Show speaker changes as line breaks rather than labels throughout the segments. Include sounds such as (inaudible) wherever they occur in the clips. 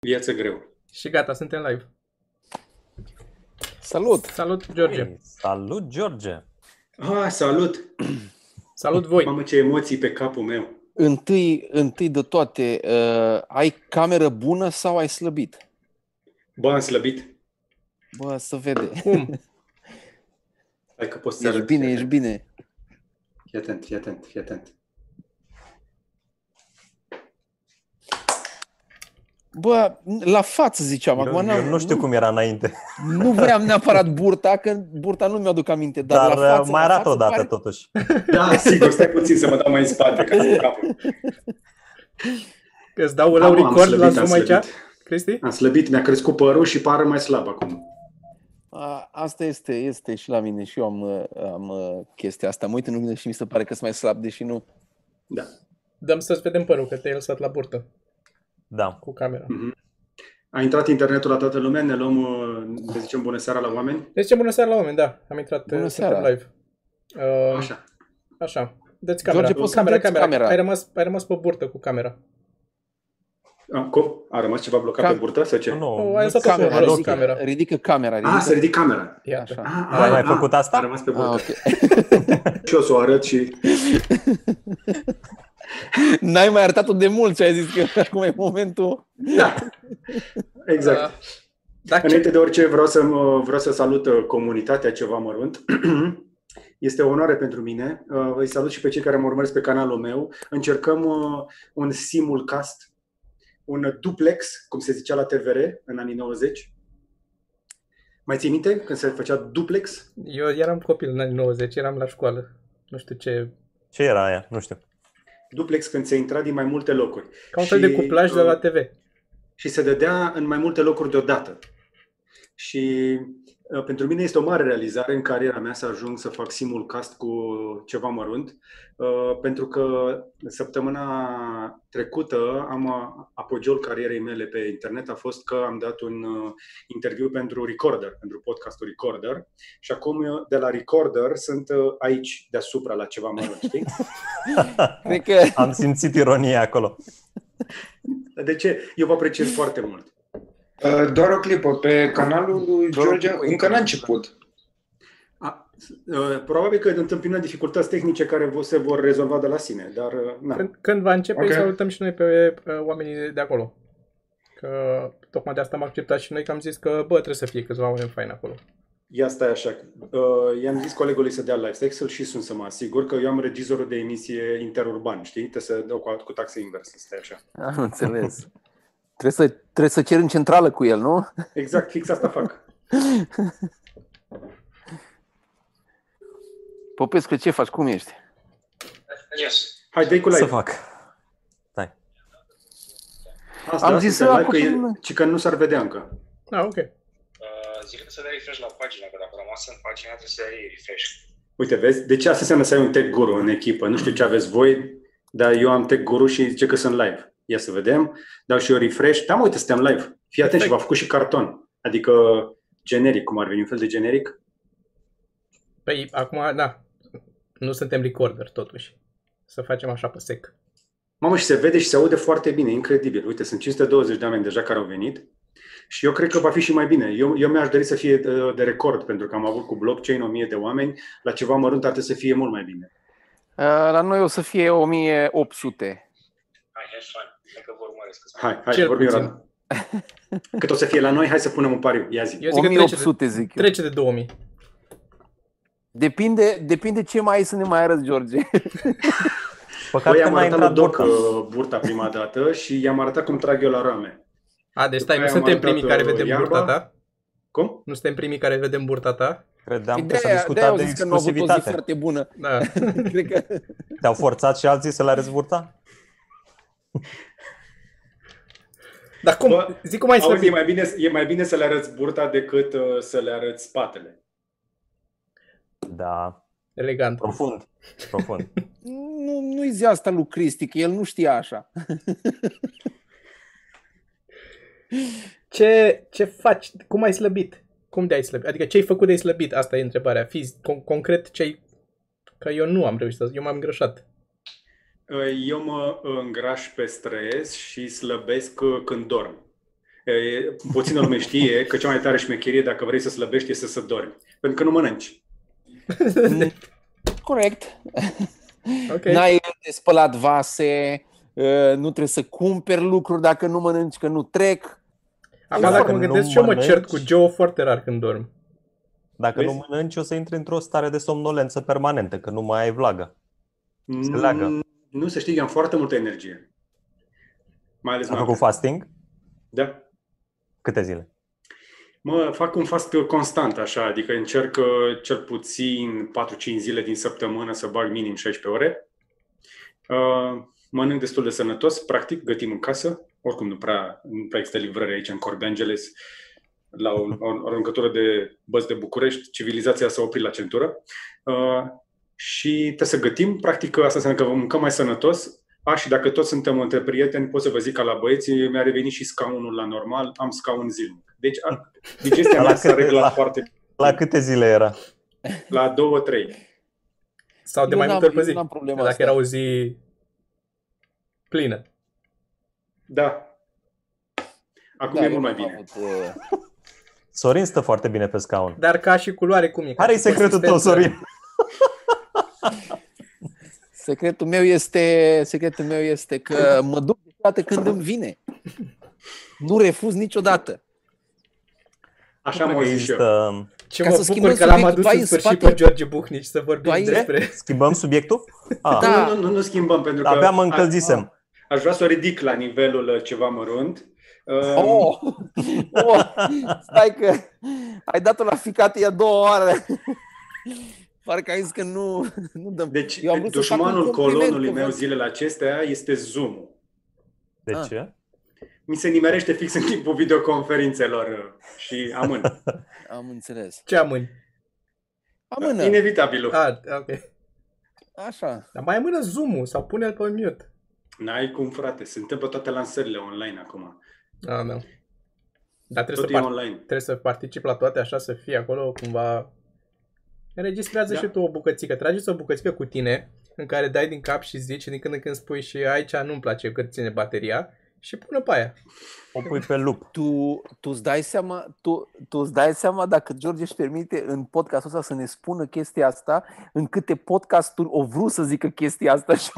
Viață greu.
Și gata, suntem live.
Salut!
Salut, George!
Ei, Salut, George!
Ah, salut!
Salut voi!
Mamă, ce emoții pe capul meu.
Întâi, întâi de toate, uh, ai cameră bună sau ai slăbit?
Bă, am slăbit.
Bă, să vede.
Cum?
Hai că poți să
Ești
arăt.
bine,
Fii
ești
atent.
bine.
Fii atent, fii atent, fii atent.
Bă, la față ziceam,
Eu,
acum
eu
n-am,
nu știu cum era înainte,
Nu, nu vreau neapărat burta, că burta nu mi-aduc aminte, (laughs) dar,
dar,
la față,
uh, mai
la
arată
față
o dată
pare-
totuși.
Da, sigur, stai puțin să mă dau mai în spate ca să capul.
Că îți dau
Am,
la
am
record la
slăbit, am
Zoom aici?
slăbit.
Cristi?
Am slăbit, mi-a crescut părul și pară mai slab acum.
A, asta este, este și la mine și eu am, uh, am uh, chestia asta. Mă uit în oglindă și mi se pare că sunt mai slab, deși nu.
Da.
Dăm să-ți vedem părul, că te-ai lăsat la burtă
Da.
cu camera.
A intrat internetul la toată lumea, ne luăm, uh, le zicem bună seara la oameni.
Deci, bună seara la oameni, da. Am intrat,
Bună
uh, suntem
seara.
live. Uh,
Așa.
Așa. Dă-ți camera.
George, poți să
camera,
îndrepti
camera.
camera.
Ai, rămas, ai rămas pe burtă cu camera.
A, cum? A rămas ceva blocat
Cam-
pe burtă sau ce?
Nu,
Oh,
nu
ai lăsat-o
ți-am
pe
Camera,
jos,
văzut.
ridică,
camera.
ridică camera. Ridică.
Ah, să ridic camera.
Iată.
Așa.
Ah,
Ai
ah,
mai
ah,
făcut asta?
A rămas pe
Ah,
burtă.
ok.
Și o să o arăt și...
N-ai mai arătat-o de mult și ai zis că (laughs) acum e momentul.
Da. Exact.
Uh, da, ce-
Înainte de orice, vreau să, mă, vreau să salut uh, comunitatea ceva mărunt. (clears throat) Este o onoare pentru mine. Uh, Îi salut și pe cei care mă urmăresc pe canalul meu. Încercăm uh, un simulcast, un duplex, cum se zicea la TVR în anii 90. Mai ții minte când se făcea duplex?
Eu eram copil în anii 90, eram la școală. Nu știu ce...
Ce era aia? Nu știu.
Duplex când se intra din mai multe locuri.
Ca un fel de
Și,
cuplaj de
uh,
la TV.
și se dădea în mai multe locuri deodată. Și uh, pentru mine este o mare realizare în cariera mea să ajung să fac simulcast cu ceva mărunt, uh, pentru că săptămâna trecută am uh, apogeul carierei mele pe internet a fost că am dat un uh, interviu pentru Recorder, pentru podcastul Recorder și acum eu, de la Recorder sunt uh, aici deasupra la ceva mărunt, știi?
Cred că
Am simțit ironia acolo.
De ce? Eu vă apreciez foarte mult.
Uh, Doar o clipă. Pe canalul lui
Doar o
George
clipă.
încă n-a început.
A, uh, Probabil că întâmpină dificultăți tehnice care vo- se vor rezolva de la sine, dar uh, na.
Când, când va începe,
Ok.
okay. salutăm și noi pe uh, oamenii de acolo. Că tocmai de asta am acceptat și noi, că am zis că, bă, trebuie să fie câțiva oameni faini acolo.
Ia stai așa. Uh, I-am zis colegului să dea live text și sunt să mă asigur că eu am regizorul de emisie interurban, știi? Trebuie să dau cu, cu taxe inversă, stai așa.
Am înțeles. Trebuie să, trebuie să cer în centrală cu el, nu?
Exact, fix asta fac.
Popescu, ce faci? Cum ești?
Yes.
Hai, dai cu
Să
live.
fac.
Asta,
Am zis
uite,
eu
live, că,
acum-
e, ci că nu s-ar vedea încă.
Ah, ok.
Uh, zic că să dai refresh la pagina, că dacă a rămas în pagina trebuie să dai refresh.
Uite, vezi? De ce asta înseamnă să ai un tech guru în echipă? Nu știu ce aveți voi, dar eu am tech guru și zice că sunt live. Ia să vedem. Dau și eu refresh. Da, mă, uite, suntem live. Fii atent și v-a făcut și carton. Adică generic, cum ar veni, un fel de generic.
Păi, acum, da, nu suntem recorder, totuși. Să facem așa pe sec.
Mamă, și se vede și se aude foarte bine, incredibil. Uite, sunt 520 de oameni deja care au venit și eu cred că va fi și mai bine. Eu, eu mi-aș dori să fie uh, de record, pentru că am avut cu blockchain 1000 de oameni, la ceva mărunt ar trebui să fie mult mai bine.
Uh, La noi o să fie 1800.
Hai, have fun. Hai că vă urmăresc. că-s mai
Hai, hai,
Cel
vorbim
puțin.
Radu. Cât o să fie la noi, hai să punem un pariu. Ia zi.
Eu zic că trece de,
1800, zic eu.
trece de 2000.
Depinde, depinde ce mai ai să ne mai arăți, George.
Păcat
Păi
că
am
n-a
arătat lui
intrat
Doc
burta.
uh, burta prima dată și i-am arătat cum trag eu la rame.
A, deci
După
stai, nu
aia am
suntem
aruncat,
primii care
uh,
vedem
iarba.
burta ta.
Cum?
Nu suntem primii care vedem burta ta.
Credeam că s-a
De-aia, de-aia
discutat
au
de
zis că nu au avut o zi
exclusivitate.
foarte bună.
Da. (laughs)
Cred că...
Te-au forțat și alții să le arăți burta?
Dar cum?
Bă,
Zic cum ai
Auzi, e
slăbit.
mai, bine, e mai bine să le arăți burta decât uh, să le arăți spatele.
Da.
Elegant.
Profund. Profund.
Nu, nu-i zi asta lui Cristi, că el nu știa așa.
Ce, ce faci? Cum ai slăbit? Cum de-ai slăbit? Adică ce ai făcut de-ai slăbit? Asta e întrebarea. Fiz, con- concret, ce ai... Că eu nu am reușit să... Eu m-am îngrășat.
Eu mă îngraș pe stres și slăbesc uh, când dorm. E, Puțină lume știe că cea mai tare șmecherie, dacă vrei să slăbești, este să dormi. Pentru că nu mănânci.
Corect.
(laughs) ok.
Mm. N-ai de spălat vase, uh, nu trebuie să cumperi lucruri dacă nu mănânci, că nu trec.
Acum dacă
Exact.
mă
Nu
gândesc și eu mă
mănânci.
cert cu Joe foarte rar când dorm.
Dacă
Vezi?
nu mănânci, o să intri într-o stare de somnolență permanentă, că nu mai ai vlagă.
Exact.
Se leagă.
Mm, Nu să știi, eu am foarte multă energie. Mai ales
Ai
noaptea.
făcut fasting?
Da.
Câte zile?
Mă fac un fast constant așa, adică încerc uh, cel puțin 4-5 zile din săptămână să bag minim 16 ore. Uh, Mănânc destul de sănătos, practic, gătim în casă. Oricum nu prea, nu prea există livrări aici în Corbe Angeles la o, o aruncătură de băzi de București. Civilizația s-a oprit la centură. Uh, Și trebuie să gătim, practic asta înseamnă că vom mânca mai sănătos. A, și dacă toți suntem între prieteni, pot să vă zic ca la băieți, mi-a revenit și scaunul la normal, am scaun zilnic. Deci a, Digestia
La
mea s-a
câte-
reglat
la-
foarte
La câte zile era?
la două, trei.
Sau de
Eu
mai
n-am-
multe ori pe
eu
zi.
n-am problema
Dacă
asta.
era o zi plină.
Da. Acum e
Da,
eu
mult mai
n-am
bine.
avut, uh,
Sorin stă foarte bine pe scaun.
Dar ca și culoare cum e? Ca
Care-i
și
secretul tău,
consistență.
Sorin?
Secretul meu este, secretul meu este că mă duc de toate când îmi vine. Nu refuz niciodată.
Așa
Nu
am
cred că
auzit și eu.
există... um,
Ce
Ca
mă
să
bucur
schimbăm
că l-am adus
subiectul, tu ai
în
în
sfârșit
spate-
pe George Buchnici să vorbim
Tu ai-
despre...
Schimbăm subiectul? Ah,
(laughs) Da. Ah.
Nu, nu, nu, nu schimbăm, pentru că
abia mă
a-
încălzisem.
a- aș vrea să o ridic la nivelul uh, ceva mărunt. Um,
Oh, oh, stai că ai dat-o la ficat ea două oare. Parcă ai zis că nu, nu dăm.
Deci,
Eu am vrut să fac un
dușmanul
compliment,
colonului
că
meu
vreau-
zilele acestea este Zoom-ul.
De
Ah.
ce?
Mi se nimerește fix în timpul videoconferințelor uh, și amân.
Am înțeles.
Ce amâni?
Da,
Amână,
Inevitabilul.
Ah, ok.
așa.
Dar mai amână zoom-ul sau pune-l pe mute.
N-ai cum, frate. Se întâmplă toate lansările online acum.
Ah, nu. Dar trebuie
Tot
să,
e
par-
online.
trebuie să particip la toate așa, să fii acolo cumva... Înregistrează
Da.
și tu o bucățică. Trageți o bucățică cu tine în care dai din cap și zici și din când în când spui și aici nu-mi place cât ține bateria și pune pe aia.
O pui pe lup.
Tu, tu, îți dai seama, tu, tu îți dai seama dacă George își permite în podcastul ăsta să ne spună chestia asta, în câte podcasturi o vrut să zică chestia asta și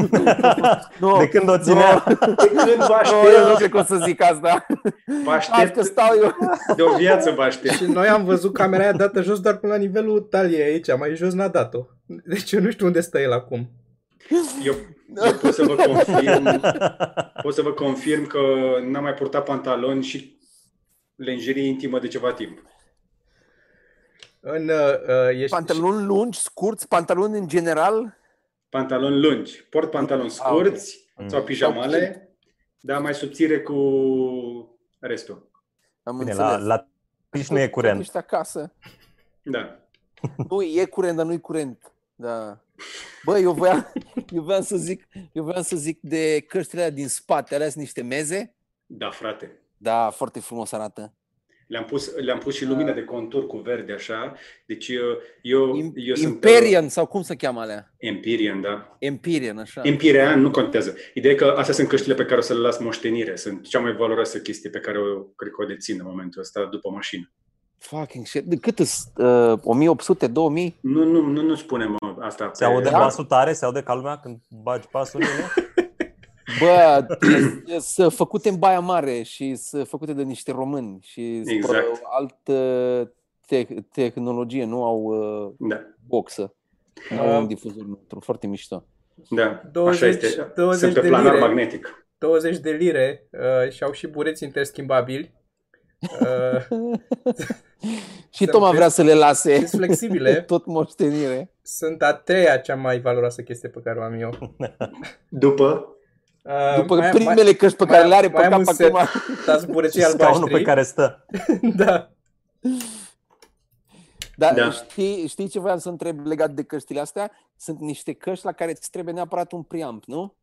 (laughs)
nu,
De când o
Oh,
ținea?
De când vă
nu, eu nu
aștept,
cred că o să zic asta.
vă
Aștept că
aștept
stau eu.
de o viață, vă aștept.
Și noi am văzut camera aia dată jos doar până la nivelul taliei aici, mai jos n-a dat-o. Deci eu nu știu unde stă el acum.
Eu, eu pot să vă confirm, pot să vă confirm că n-am mai purtat pantaloni și lenjerie intimă de ceva timp.
În, uh, uh, ești,
(laughs) Pantaloni lungi, scurți, pantaloni în general.
Pantaloni lungi, port pantaloni
Ah, ok.
scurți
Mm.
sau pijamale, dar mai subțire cu restul.
Am
Bine,
înțeles.
la, la nici nu e curent.
Ești acasă.
Da.
Nu, e curent, dar nu-i curent. Da. Bă, eu voiam, (laughs) eu voiam să zic, eu voiam să zic de căștile alea din spate, alea sunt niște meze.
Da, frate.
Da, foarte frumos arată.
Le-am pus, le-am pus și lumina de contur cu verde, așa. Deci eu, eu,
Im-
eu sunt... uh,
Imperian sau cum se cheamă alea?
Empirian, da.
Empirian, așa.
Empirean nu contează. Ideea e că astea sunt căștile pe care o să le las moștenire. Sunt cea mai valoroasă chestie pe care o cred că o dețin în momentul ăsta după mașină.
Fucking shit. De cât îs? Uh, 1800, 2000?
Nu, nu, nu, nu spunem mă, asta.
Se aude
Da?
glasul tare, se aude ca lumea când bagi pasul,
(laughs)
nu?
Bă, sunt făcute în Baia Mare și sunt făcute de niște români și sunt
Exact.
pe o altă te- tehnologie, nu au uh,
Da,
boxă. Nu
Uh,
au un difuzor neutru,
(laughs)
foarte mișto.
da.
20
așa este.
20
Sunt pe
de
planar
lire.
magnetic.
20 de lire uh, și au și bureți interschimbabili. Uh,
și
Să
Toma
vezi-
vrea să le lase.
sunt flexibile.
(laughs) Tot moștenire.
Sunt a treia cea mai valoroasă chestie pe care o am eu.
După,
Uh,
După
mai-
primele căști pe
mai
care
am-
le are pe
mai am
cap
un set.
acum.
mai, dați bureții
Și scaunul
albaștri.
pe care stă.
(laughs) da.
Dar
Da.
da. știi, știi ce voiam să întreb legat de căștile astea? Sunt niște căști la care îți trebuie neapărat un preamp, nu?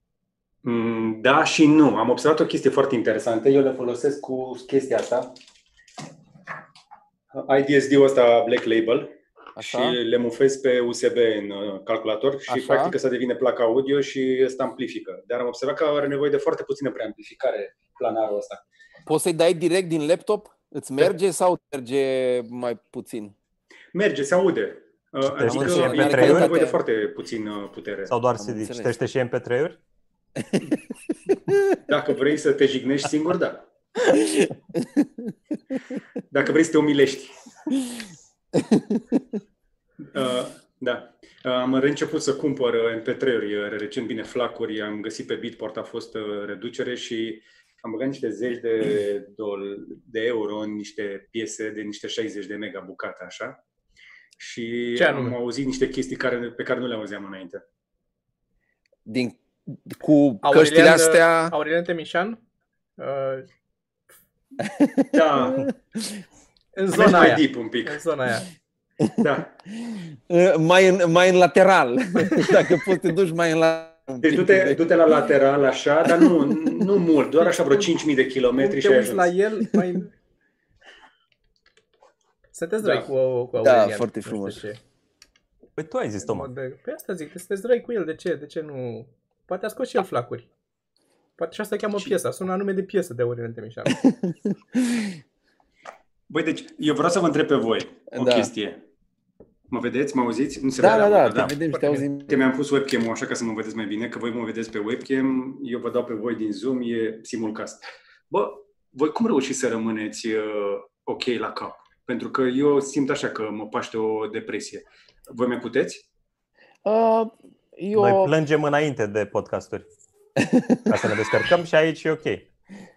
Mm, Da și nu. Am observat o chestie foarte interesantă. Eu le folosesc cu chestia asta. IDSD-ul ăsta Black Label
Așa?
și le mufez pe USB în uh, calculator și
Așa.
practic să devine placa audio și ăsta amplifică. Dar am observat că are nevoie de foarte puțină preamplificare planarul ăsta.
Poți să-i dai direct din laptop? Îți merge sau merge mai puțin?
merge, se aude. Uh,
Citește
Adică
și
e
MP3-uri?
nevoie nevoie de foarte puțin uh, putere.
Sau doar
Am
CD?
înțeles.
Citește și MP3-uri?
Dacă vrei să te jignești singur, da. Dacă vrei să te umilești. Uh, da. Uh, Am reînceput să cumpăr uh, MP3-uri uh, recent, bine, flacuri. Am găsit pe Bitport, a fost uh, reducere și am băgat niște zeci de, dol- de euro în niște piese de niște 60 de mega bucate, așa. Și
Ce
am
anume?
auzit niște chestii care, pe care nu le auzeam înainte.
Din, cu
Aurelian,
căștile
uh,
astea...
Aurelian Temișan, uh,
Da,
în
mergi
zona
mai
aia.
deep un pic.
În zona aia.
Da.
Eh, Mai în, mai în lateral. (laughs) Dacă poți te duci mai în lateral.
Deci du-te, du-te la lateral așa, dar nu, nu mult, doar așa vreo 5.000 de kilometri și
Cum
ai
te uiți la
ajuns.
el, mai... Sunteți
Da.
răi cu, cu Aurelian.
Da,
nu
foarte
știu
frumos.
ce.
Păi tu ai zis, Toma.
De... Păi asta zic, sunteți răi cu el, de ce? De ce nu... Poate a scos și el flacuri. Poate și asta cheamă piesa, sună anume de piesă de Aurelian Temișan.
Băi, deci eu vreau să vă întreb pe voi o
Da.
chestie. Mă vedeți? Mă auziți? Nu se
Da, da,
vede
da,
acum,
te vedem și te auzim.
Uite, Mi-am pus webcam-ul așa ca să mă vedeți mai bine, că voi mă vedeți pe webcam, eu vă dau pe voi din Zoom, e simulcast. Bă, voi cum reușiți să rămâneți uh, ok la cap? Pentru că eu simt așa că mă paște o depresie. Voi mi puteți?
Uh,
Noi
eu,
plângem înainte de
(laughs)
podcasturi. Ca să ne descărcăm și aici e ok.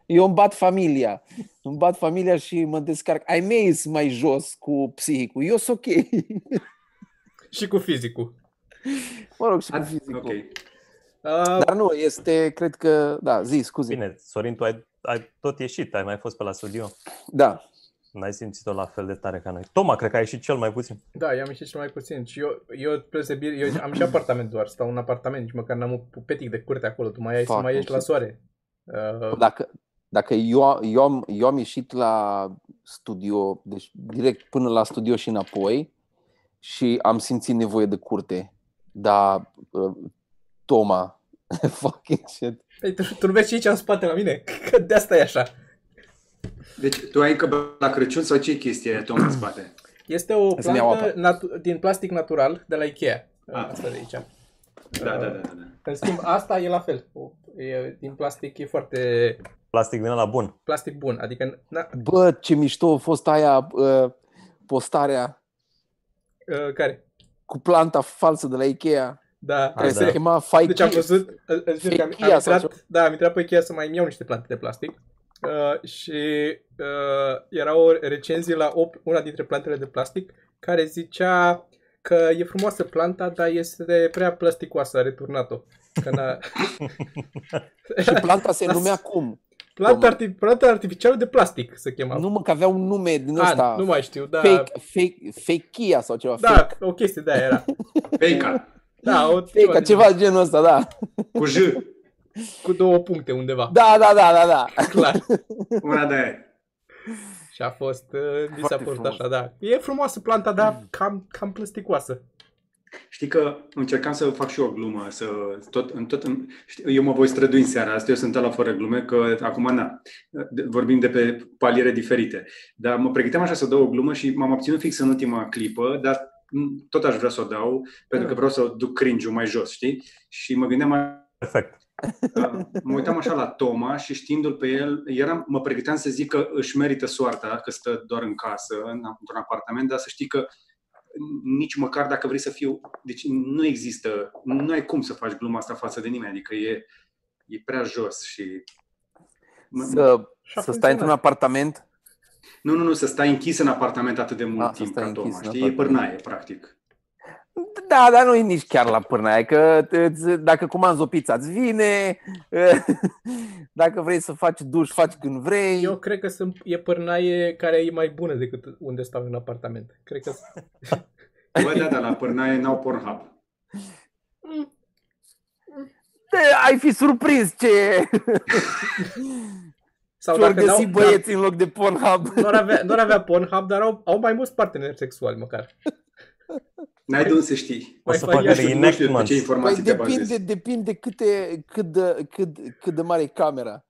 eu îmi bat familia. Îmi bat familia și mă descarc. Ai mei sunt mai jos cu psihicul. Eu sunt ok.
și cu fizicul.
Mă rog, și cu fizicul.
Ok.
Uh,
Dar nu, este, cred că, da, zi, scuze.
Bine, Sorin, tu ai, ai tot ieșit, ai mai fost pe la studio.
Da.
N-ai simțit-o la fel de tare ca noi. Toma, cred că ai ieșit cel mai puțin.
Da, eu am ieșit și mai puțin. Și eu, eu, presebir, eu am și apartament doar, stau în apartament, nici măcar n-am un pupetic de curte acolo, tu mai ai să
Fuck,
mai ieși la
am
soare. Uh,
Dacă, dacă eu, eu, am, eu am ieșit la studio, deci direct până la studio și înapoi și am simțit nevoie de curte. Dar, uh, Toma, (laughs) fucking shit.
păi, tu, tu nu vezi și aici în spate la mine? (laughs) Că de asta e așa.
Deci tu ai încă la Crăciun sau ce chestie ai, Tom, în spate?
Este o
Să-mi iau
plantă natu- din plastic natural de la Ikea. Uh,
Ah.
Asta de aici.
Da, da, da, da. da.
În schimb, asta e la fel. O- E, din plastic e foarte
Plastic vine la bun.
plastic bun. Adică na,
Bă, ce mișto a fost aia uh, postarea
uh, care?
cu planta falsă de la Ikea,
Da.
care
da.
se chema Fai
Deci am
Kids.
văzut, î- îți jur că am, am
Ikea sau
intrat, da, am intrat pe Ikea să mai îmi iau niște plante de plastic uh, și uh, era o recenzie la op, una dintre plantele de plastic care zicea că e frumoasă planta, dar este prea plasticoasă, a returnat-o. Că
(laughs)
n-a...
Și planta se
(laughs)
numea cum?
planta, arti- planta artificială de plastic se chema.
Nu mă, că avea un nume din
A,
ăsta.
nu mai știu, da.
Fake, fake, fake Kia sau ceva.
Da,
fake.
o chestie de aia era.
Peica,
(laughs)
Da, o
Fake, ca ceva genul ăsta, da.
cu J,
cu două puncte undeva.
Da, da, da, da, da.
Clar.
una de aia.
Și a fost, uh, mi s-a
Foarte
părut
frumos. Mm.
așa, da. E frumoasă planta, dar cam, cam plasticoasă.
Știi că încercam să fac și eu o glumă, să tot, în tot, în, știi, eu mă voi strădui în seara asta, eu sunt la fără glume, că acum na, de- vorbim de pe paliere diferite. Dar mă pregăteam așa să dau o glumă și m-am abținut fix în ultima clipă, dar m, tot aș vrea să o dau, pentru că vreau să duc cringe mai jos, știi? Și mă gândeam, a-
Perfect.
a- Da. mă uitam așa la Toma și știindu-l pe el, eram, mă pregăteam să zic că își merită soarta, că stă doar în casă, în- într-un apartament, dar să știi că nici măcar dacă vrei să fiu... Deci nu există, nu ai cum să faci gluma asta față de nimeni, adică e, e prea jos și... mă-
Să,
Și a
să stai
funcționat.
într-un apartament.
Nu, nu, nu, să stai închis în apartament atât de mult
A, Da, să
timp
stai
ca
închis
Toma,
în
știi? E
apartament.
pârnaie, practic.
Da, dar nu e nici chiar la pârna aia, că îți, dacă comanzi o pizza, îți vine. (laughs) Dacă vrei să faci duș, faci când vrei.
Eu cred că sunt, e pârnaie care e mai bună decât unde stau în apartament. Cred că
Bă, da, da, la pârnaie n-au Pornhub.
Te, ai fi surprins ce (laughs)
sau
ce-or
dacă
găsi
n-au,
băieți în loc de Pornhub.
da, doar, avea, doar avea Pornhub, dar au, au mai mulți parteneri sexuali măcar.
N-ai de unde să știi.
O
Mai
să
fac
facă
Nu știu, nu știu pe
reenactments.
ce
Păi
informații te
depinde,
bazezi.
depinde câte, cât, de, cât, cât de mare e camera.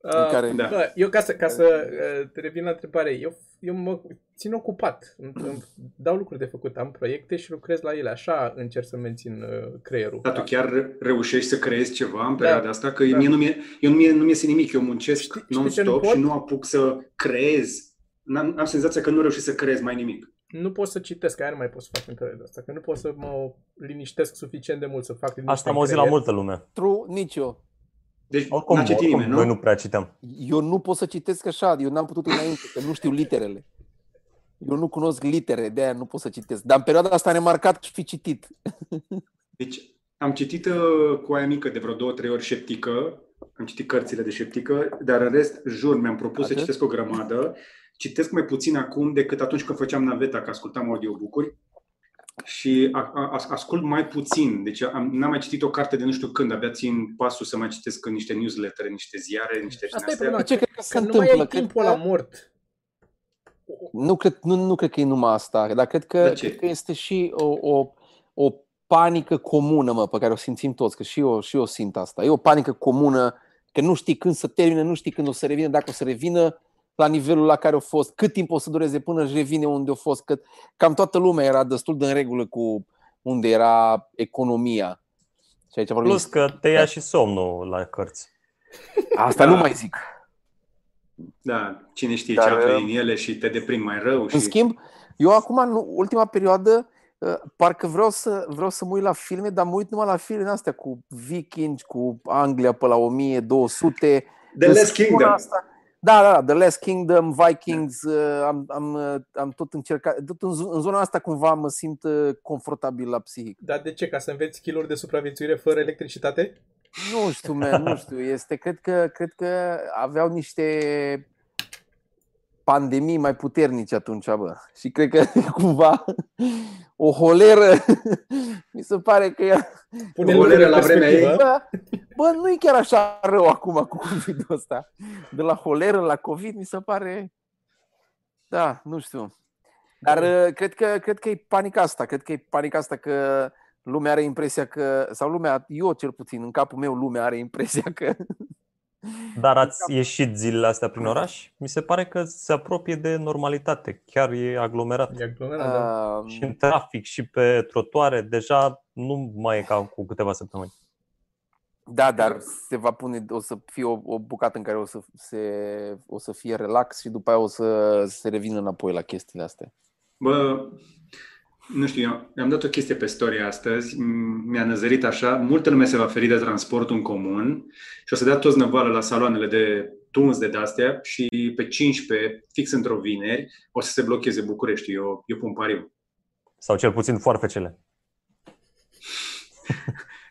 Uh,
care-
Da.
Bă, eu ca să, ca să uh, te revin la întrebare, eu, eu mă țin ocupat, îmi, îmi dau lucruri de făcut, am proiecte și lucrez la ele, așa încerc să mențin uh, creierul.
Da,
Dar tu chiar reușești să creezi ceva în
Da.
perioada asta? Că
Da.
mie nu mi-e, eu nu mi-e, nu mi iese nimic, eu muncesc
Știi- știi ce nu
non-stop
pot?
și nu apuc să creez. N-am, am senzația că nu reușesc să creez mai nimic.
Nu pot să citesc, aia nu mai pot să fac în perioada asta, că nu pot să mă liniștesc suficient de mult să fac liniște
Asta am
în
auzit la
creier.
multă lume.
True, nici eu.
Deci
Oricum,
n-a citit
oricum
nimeni, nu?
noi nu prea citeam.
Eu nu pot să citesc așa, eu n-am putut înainte, că nu știu literele. Eu nu cunosc litere, de aia nu pot să citesc. Dar în perioada asta am remarcat că fi citit.
Deci am citit uh, cu aia mică de vreo două, trei ori șeptică, am citit cărțile de șeptică, dar în rest, jur, mi-am propus
Atât?
să citesc o grămadă. Citesc mai puțin acum decât atunci când făceam naveta, că ascultam audiobook-uri și a, a, as- ascult mai puțin. Deci am, n-am mai citit o carte de nu știu când, abia țin pasul să mai citesc niște newsletter, niște ziare, niște
Asta
din-astea.
e problema.
De ce cred că
Că
se
nu mai ai
întâmplă? Cred
timpul
că- da.
la mort.
Nu cred, nu, nu cred că e numai asta, dar cred că,
De ce?
cred că este și o, o, o panică comună, mă, pe care o simțim toți, că și eu, și eu simt asta. E o panică comună, că nu știi când să termine, nu știi când o să revină, dacă o să revină la nivelul la care a fost, cât timp o să dureze până își revine unde a fost, că cam toată lumea era destul de în regulă cu unde era economia. Și aici vorbim.
Plus că te ia și somnul la cărți.
Asta
Da.
nu mai zic.
Da, cine știe
Dar,
ce află
uh,
în ele și te deprind mai rău.
În
Și...
schimb, eu acum, în ultima perioadă, uh, parcă vreau să, vreau să mă uit la filme, dar mă uit numai la filme astea cu vikingi, cu Anglia pe la 1200.
The
Îmi
Last
spun
Kingdom.
Asta. Da, da, da, The Last Kingdom, Vikings, uh, am, am, uh, am tot încercat, tot în, zo- în zona asta cumva mă simt uh, confortabil la psihic.
Dar de ce? Ca să înveți skill de supraviețuire fără electricitate?
Nu știu, man, nu știu, este, cred că, cred că aveau niște pandemii mai puternici atunci, bă. Și cred că (laughs) cumva o holeră, (laughs) mi se pare că e...
Golele
Pune lucrurile în
la vremea
perspectivă.
ei.
Bă, bă, nu e chiar așa rău acum cu COVID-ul ăsta. De la holeră la COVID, mi se pare... Da, nu știu. Dar uh, cred că, cred că e panica asta. Cred că e panica asta că lumea are impresia că... Sau lumea, eu cel puțin, în capul meu, lumea are impresia că...
Dar
Da.
ați ieșit zilele astea prin oraș? Mi se pare că se apropie de normalitate. Chiar e aglomerat.
E
Ah.
aglomerat, da.
Uh, (laughs)
Și în trafic și pe trotuare. Deja nu mai e ca cu câteva săptămâni.
da, dar se va pune, o să fie o, o bucată în care o să, se, o să fie relax și după aia o să se revină înapoi la chestiile astea.
Bă, nu știu, eu am dat o chestie pe story astăzi, m- mi-a năzărit așa, multă lume se va feri de transportul în comun și o să dea toți năvală la saloanele de tuns de astea și pe 15, fix într-o vineri, o să se blocheze București, eu, eu pun pariu.
Sau cel puțin foarfecele.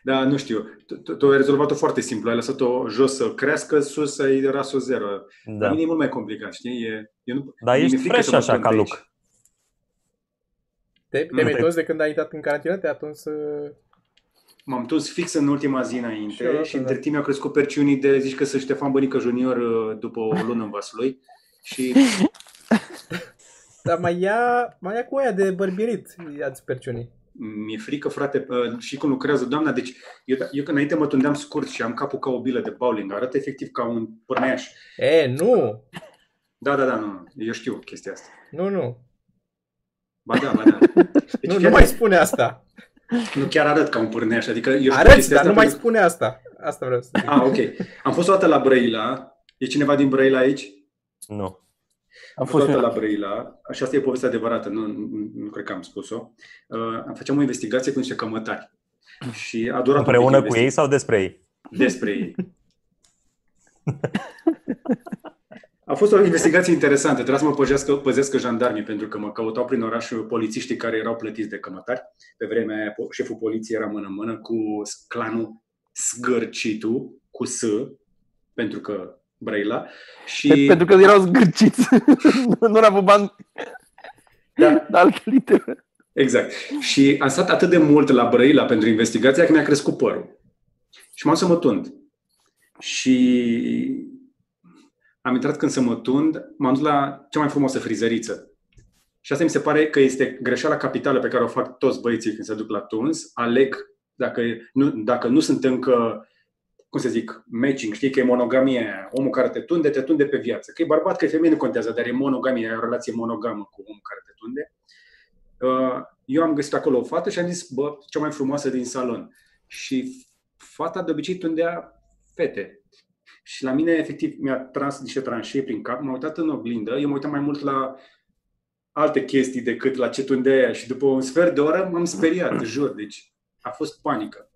Dar nu știu, tu- tu- tu ai rezolvat-o foarte simplu, ai lăsat-o jos să crească, sus ai ras o zero. Da.
Da.
La mine e mult mai complicat, știi? E, eu nu,
Dar
mi-e
ești
frică
fresh
să mă
așa
pun
ca
pe
Luc.
aici.
Te,
Nu
te-ai
te-
tuns de când ai intrat în carantină? Te-ai tuns... uh,
M-am tuns fix în ultima zi
Și eu la
înainte
fel,
și
da.
între timp mi-au crescut perciunii de zici că sunt Ștefan Bănică Junior uh, după o lună în vasului. Și
Dar mai ia, mai ia cu aia de bărbierit, ia-ți perciunii.
mi-e frică, frate, uh, și cum lucrează doamna. Deci eu, eu când înainte mă tundeam scurt și am capul ca o bilă de bowling. Arată efectiv ca un pârneiaș.
E, nu!
Da, da, da, nu, nu, eu știu chestia asta.
Nu, nu.
Ba da, ba
(laughs)
da. Deci nu,
Nu, nu
chiar,
mai spune asta.
nu chiar arăt ca un pârneiaș. Adică eu știu
Arăți,
chestia
dar nu mai
pentru-
spune asta. Asta vreau să zic.
Ah, ok. Am fost o dată la Brăila. E cineva din Brăila aici?
Nu.
Am
Am fost
fost
la Brăila, și asta e povestea adevărată, nu, nu, nu cred că am spus-o. Uh, făceam o investigație cu niște cămătari și a durat un pic
Împreună cu ei
investi-
sau despre ei?
Despre ei. A fost o investigație interesantă, trebuia să mă păzească, păzească jandarmii, pentru că mă căutau prin oraș polițiștii care erau plătiți de cămătari. Pe vremea aia, po- șeful poliției era mână-mână cu clanul Sgârcitu, cu S, pentru că Brăila. Și...
Pe- Pentru că erau zgârciți. (laughs) nu, nu era bani.
Da.
(laughs) Dar alte litere.
Exact. Și am stat atât de mult la Brăila pentru investigația că mi-a crescut părul. Și m-am să mă tund. Și am intrat când să mă tund, m-am dus la cea mai frumoasă frizăriță. Și asta mi se pare că este greșeala capitală pe care o fac toți băieții când se duc la tuns. Aleg, dacă nu, dacă nu sunt încă cum să zic, matching, știi că e monogamie aia. Omul care te tunde, te tunde pe viață. Că e bărbat, că e femeie, nu contează, dar e monogamie, e o relație monogamă cu omul care te tunde. Uh, Eu am găsit acolo o fată și am zis, bă, cea mai frumoasă din salon. Și fata de obicei tundea fete. Și la mine, efectiv, mi-a tras niște tranșee prin cap, m-am uitat în oglindă, eu mă uitam mai mult la alte chestii decât la ce tundea ea. Și după un sfert de oră m-am speriat, jur. Deci a fost panică.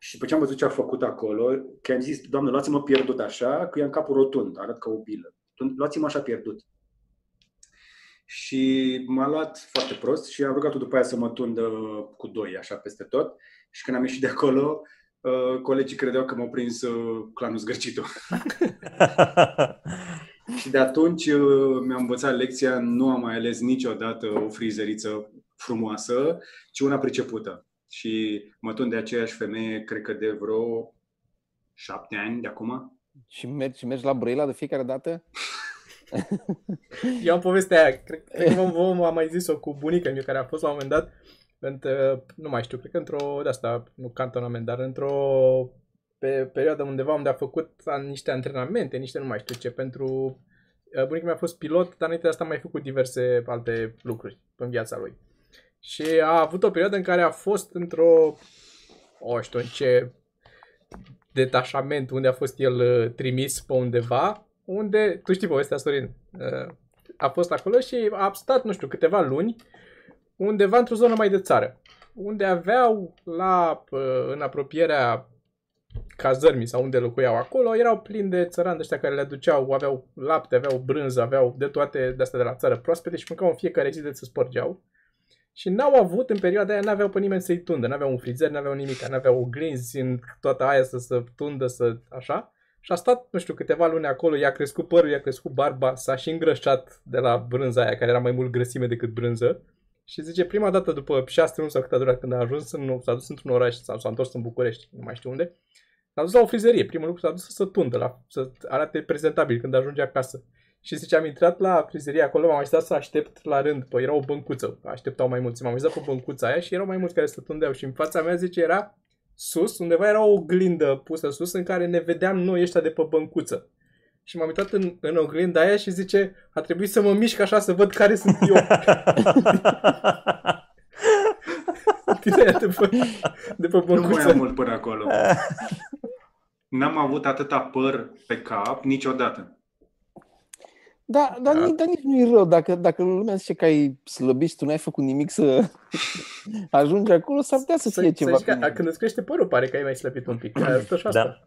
Și după ce am văzut ce a făcut acolo, că am zis, doamne, luați-mă pierdut așa, că e în capul rotund, arăt ca o bilă. Luați-mă așa pierdut. Și m-a luat foarte prost și am rugat-o după aia să mă tundă cu doi așa peste tot. Și când am ieșit de acolo, uh, colegii credeau că m-au prins uh, clanul zgârcitul. Și de atunci uh, mi-am învățat lecția, nu am mai ales niciodată o frizeriță frumoasă, ci una pricepută. Și mă tund de aceeași femeie, cred că de vreo șapte ani de acum.
Și mergi, și mergi la Brăila de fiecare dată?
Eu am povestea aia, cred, cred că vom, vom, am mai zis-o cu bunica mea care a fost la un moment dat, într- nu mai știu, cred că într-o, de asta, nu cantonament, dar într-o pe, perioadă undeva unde a făcut a, niște antrenamente, niște nu mai știu ce, pentru uh, bunica mea a fost pilot, dar înainte de asta a mai făcut diverse alte lucruri în viața lui. Și a avut o perioadă în care a fost într-o, o știu în ce, detașament unde a fost el uh, trimis pe undeva, unde, tu știi povestea, Sorin, uh, a fost acolo și a stat, nu știu, câteva luni, undeva într-o zonă mai de țară, unde aveau la, uh, în apropierea cazărmii sau unde locuiau acolo, erau plini de țărani ăștia care le aduceau, aveau lapte, aveau brânză, aveau de toate de astea de la țară proaspete și mâncau în fiecare zi de se spărgeau. Și n-au avut în perioada aia, n-aveau pe nimeni să-i tundă, n-aveau un frizer, n-aveau nimic, n-aveau oglinzi în toată aia să se tundă, să așa. Și a stat, nu știu, câteva luni acolo, i-a crescut părul, i-a crescut barba, s-a și îngrășat de la brânza aia, care era mai mult grăsime decât brânză. Și zice, prima dată după șase luni sau cât a durat, când a ajuns, în, s-a dus într-un oraș sau s-a întors în București, nu mai știu unde, s-a dus la o frizerie, primul lucru s-a dus să se tundă, la, să arate prezentabil când ajunge acasă. Și zice, am intrat la frizerie acolo, m-am așteptat să aștept la rând, păi era o băncuță, așteptau mai mulți, m-am uitat pe băncuța aia și erau mai mulți care se tundeau și în fața mea, zice, era sus, undeva era o oglindă pusă sus în care ne vedeam noi ăștia de pe băncuță. Și m-am uitat în, în oglinda aia și zice, a trebuit să mă mișc așa să văd care sunt eu. (laughs) Din aia de pe, de pe
Nu mai am
băncuță.
mult până
(laughs)
acolo. N-am avut atâta păr pe cap niciodată.
Da, dar,
Da.
da. Nici, dar nici nu e rău. Dacă, dacă lumea zice că ai slăbit și tu n-ai făcut nimic să (laughs) ajungi acolo, s-ar putea să fie ceva.
zici că, a, când îți crește părul, pare că ai mai slăbit un pic. Asta și asta.
Da.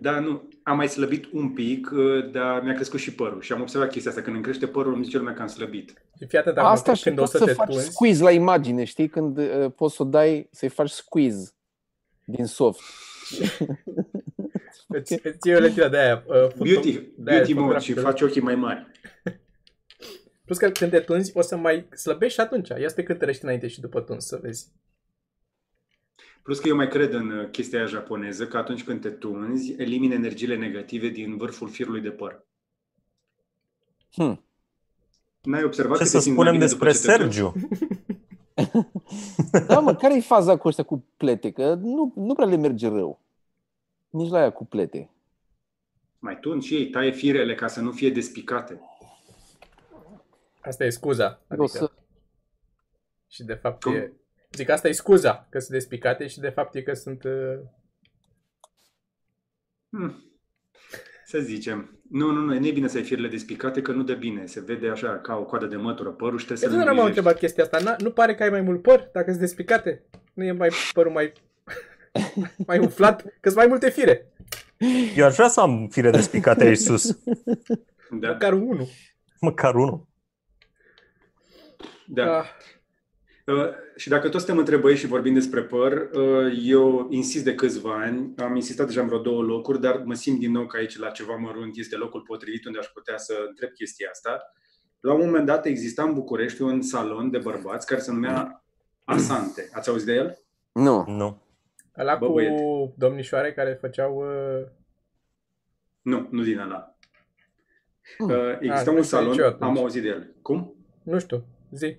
Dar nu, am mai slăbit un pic, uh, dar mi-a crescut și părul. Și am observat chestia asta. Când îmi crește părul, îmi zice lumea că am slăbit.
Și fii atent acum,
Asta
Asta Da,
și
când o
poți
să,
să,
te
faci
tunzi,
squeeze la imagine, știi? Când uh, poți să o dai, să-i faci squeeze din
(laughs)
soft.
îți, îți iei o lentilă de aia. Uh, foto-
Beauty,
de aia
beauty mode și
fotografică.
faci ochii mai mari.
Plus că când te tunzi, o să mai slăbești și atunci. Ia să te cântărești înainte și după tuns, să vezi.
Plus că eu mai cred în uh, chestia aia japoneză că atunci când te tunzi, elimini energiile negative din vârful firului de păr.
Hmm.
N-ai observat
Ce
că
să
te simți mai
spunem
bine după
despre
ce te tunzi?
Sergiu?
Da, mă, care-i faza cu ăștia cu plete? Că nu, nu prea le merge rău. Nici la ea cu plete.
Mai tunzi și ei, taie firele ca să nu fie despicate.
Asta e scuza.
Adică... O
Adică,
să...
Și de fapt
Cum?
e... Zic, asta e scuza, că sunt despicate și de fapt e că sunt... Uh,
Hmm. Să zicem. Nu, nu, nu, nu e bine să ai firele despicate că nu dă bine. Se vede așa ca o coadă de mătură părul și
eu
trebuie
Păi, nu
să
am întrebat chestia asta. Na, nu pare că ai mai mult păr dacă sunt despicate? Nu e mai părul mai... (laughs) mai umflat? că sunt mai multe fire.
Eu aș vrea să am fire despicate aici
(laughs)
sus.
Da,
Măcar unul.
Măcar unul.
da.
Ah.
Uh, și dacă tot suntem întrebări și vorbim despre păr, uh, eu insist de câțiva ani, am insistat deja în vreo două locuri, dar mă simt din nou că aici la ceva mărunt este locul potrivit unde aș putea să întreb chestia asta. La un moment dat exista în București un salon de bărbați care se numea Asante. Ați auzit de el?
Nu.
Nu.
Ăla
Bă,
cu
băiete.
domnișoare care făceau... Uh,
Nu, nu din ăla.
Hmm.
Uh, Exista
Ah,
un
nu știu nici eu
salon,
atunci.
am auzit de el. Cum?
nu știu, zi.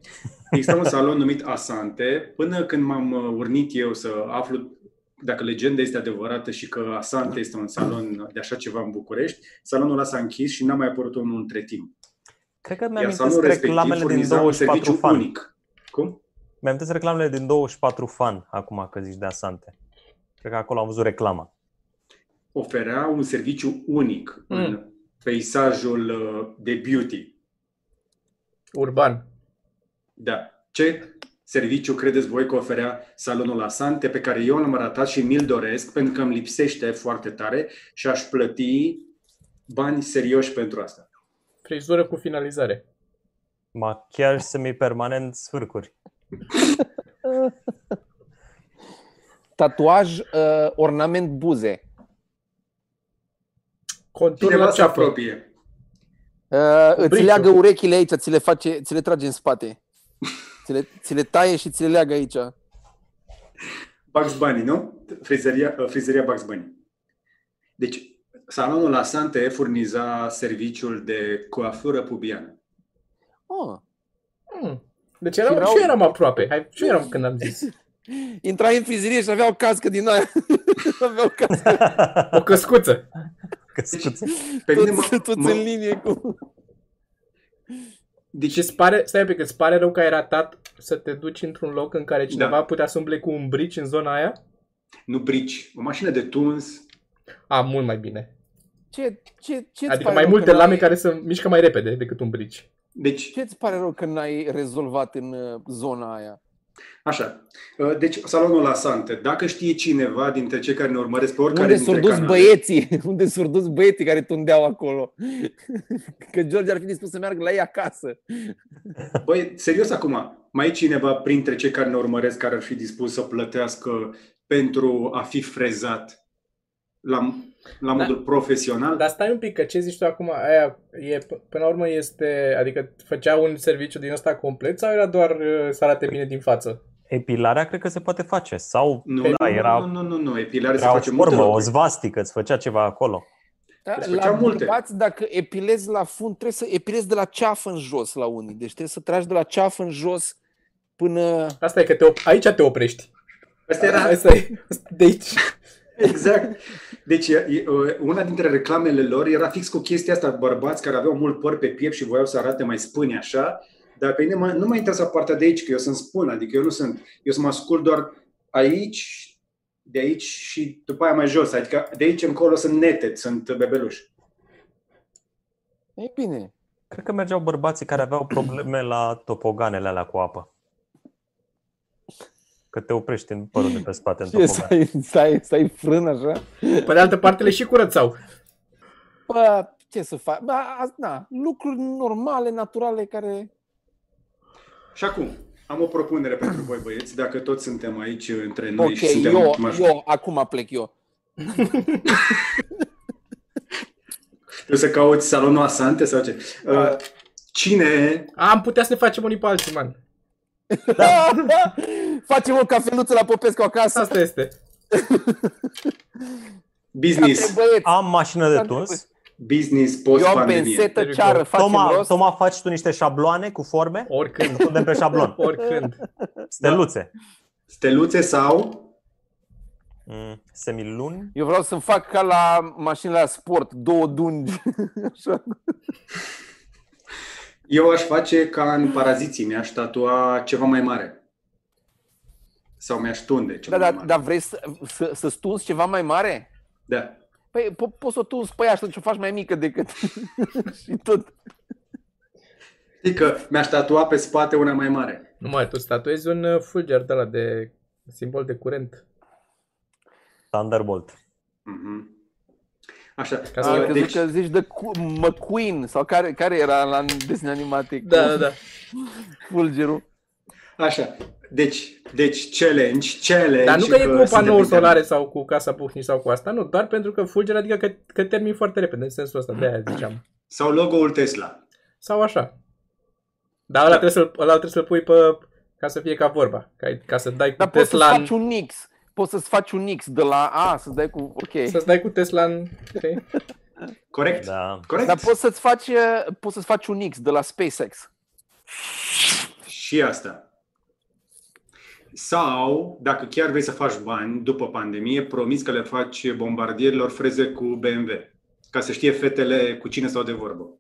Exista un salon numit Asante, până când m-am uh, urnit eu să aflu dacă legenda este adevărată și că Asante este un salon de așa ceva în București, salonul ăla s-a închis și n-a mai apărut unul între timp.
Cred că
Iar
mi-am
salonul respectiv
reclamele din
furniza un
24
serviciu
fan.
unic. Cum?
Mi-am reclamele din 24 fan, acum că zici de Asante. Cred că acolo am văzut reclama.
Oferea un serviciu unic mm. în peisajul uh, de beauty.
Urban.
Da. Ce serviciu credeți voi că oferea salonul Asante pe care eu l-am ratat și mi-l doresc pentru că îmi lipsește foarte tare și aș plăti bani serioși pentru asta.
Frizură cu finalizare.
Machiaj semi-permanent sfârcuri. (laughs)
Tatuaj, uh, ornament buze.
Contur
Cineva
la
se
ceapă.
apropie.
Uh, îți
Briciu.
leagă urechile aici, ți le, face, ți le trage în spate. Ți le, ți le taie și ți le leagă aici.
Bugs Bunny, nu? Frizeria, uh, frizeria Bugs Bunny. Deci, salonul Asante furniza serviciul de coafură pubiană.
Oh.
Hmm. Deci eram,
Erau-
și eu eram aproape. Hai, și eu eram când am zis.
Intrai în frizerie și aveau cască din aia. (laughs) aveau cască
O căscuță.
Deci-
Căscuță.
Pe mine mă,
toți, toți în
mă,
linie cu...
deci,
Și îți pare, stai pe că îți pare rău că ai ratat să te duci într-un loc în care cineva da. putea să umble cu un brici în zona aia?
nu brici, o mașină de tuns,
A, mult mai bine.
Ce, ce, ce
Adică mai multe lame care se mișcă mai repede decât un brici.
deci
Ce ți pare rău că n-ai rezolvat în uh, zona aia?
Așa. Uh, Deci, salonul la Sante. Dacă știe cineva dintre cei care ne urmăresc pe oricare
Unde
dintre
s-au dus
canale,
băieții? (laughs) Unde s-au dus băieții care tundeau acolo? (laughs) Că George ar fi dispus să meargă la ei acasă.
Băi, serios acum, mai e cineva printre cei care ne urmăresc care ar fi dispus să plătească pentru a fi frezat la, la modul profesional?
Dar stai un pic, că ce zici tu acum, aia e, p- până la urmă este, adică făcea un serviciu din ăsta complet sau era doar uh, să arate bine din față?
Epilarea cred că se poate face. Sau
Nu,
Pe-
nu,
da, era-
nu, nu, nu, nu, epilare se
era o
face multe
formă, o
lucruri.
zvastică, îți făcea ceva acolo.
Da,
Deci
la
făceau multe.
bărbați, dacă epilezi la fund, trebuie să epilezi de la ceafă în jos la unii. Deci trebuie să tragi de la ceafă în jos până...
Asta e că te op- aici te oprești.
Asta era
Asta e, de aici.
exact. Deci, e- e, una dintre reclamele lor era fix cu chestia asta, bărbați care aveau mult păr pe piept și voiau să arate mai spâni așa, dar pe mine mă, nu mă interesa partea de aici, că eu sunt spun, adică eu nu sunt, eu să mă ascult doar aici, de aici și după aia mai jos, adică de aici încolo sunt neted, sunt bebeluși.
E bine.
Cred că mergeau bărbații care aveau probleme la topoganele alea cu apă. Că te oprești în părul de pe spate în
(laughs) Ce,
topogan.
stai, stai, stai frân așa?
Pe de altă parte le și curățau.
Bă, ce să fac? Bă, a- na, lucruri normale, naturale, care...
Și acum, am o propunere pentru voi băieți, dacă toți suntem aici între noi
ok,
și suntem
eu,
maj-
eu, acum plec eu.
Trebuie să cauți salonul Asante sau ce. Uh, Cine
Am putea să ne facem unii pe alții, man.
Da. (laughs) Facem o cafeluță la Popescu acasă.
Asta este.
business,
Băieți,
Am mașină de
Asta
tuns.
business
eu am
post-pandemie?
pensetă, ceară, facem
Toma,
rost.
Toma, faci tu niște șabloane cu forme?
Oricând.
Punem pe șablon.
Oricând.
Steluțe.
Steluțe sau
Mm, semiluni?
Eu vreau să fac ca la mașinile la sport, două dungi. (laughs) Așa.
Eu aș face ca în paraziții, mi-aș tatua ceva mai mare. Sau mi-aș tunde ceva
Da, da,
mai mare.
dar vrei să, să, să stunzi ceva mai mare?
da.
Păi po- poți să o tunzi pe ea și atunci o faci mai mică decât... (laughs) și tot.
Știi că mi-aș tatua pe spate una mai mare.
Nu mai, tu statuezi un uh, fulger de la de simbol de curent.
Thunderbolt.
Mhm. Așa.
Ca să
Am
uh,
crezut
deci,
că zici de Cu- McQueen sau care, care era la desene animate cu
Da, da, da.
fulgerul.
așa. Deci, deci challenge, challenge.
Dar nu că e cu
suntem
panouri
internet.
solare sau cu casa Puhni sau cu asta, nu, doar pentru că fulger, adică că, că termin foarte repede, în sensul ăsta, de aia ziceam.
Sau logo-ul Tesla.
Sau așa. Dar ăla,
Da.
trebuie să-l, ăla trebuie să-l pui pe, ca să fie ca vorba, ca, ca să dai cu
Dar poți să-ți
Tesla
faci
în,
un mix. Poți să-ți faci un mix de la A, să-ți dai cu... Ok.
să-ți dai cu Tesla în, știi?
Corect?
Da.
Corect?
Dar poți să-ți faci, uh, poți să-ți faci un X de la SpaceX.
Și asta. Sau, dacă chiar vrei să faci bani după pandemie, promiți că le faci bombardierilor freze cu BMW, ca să știe fetele cu cine stau de vorbă.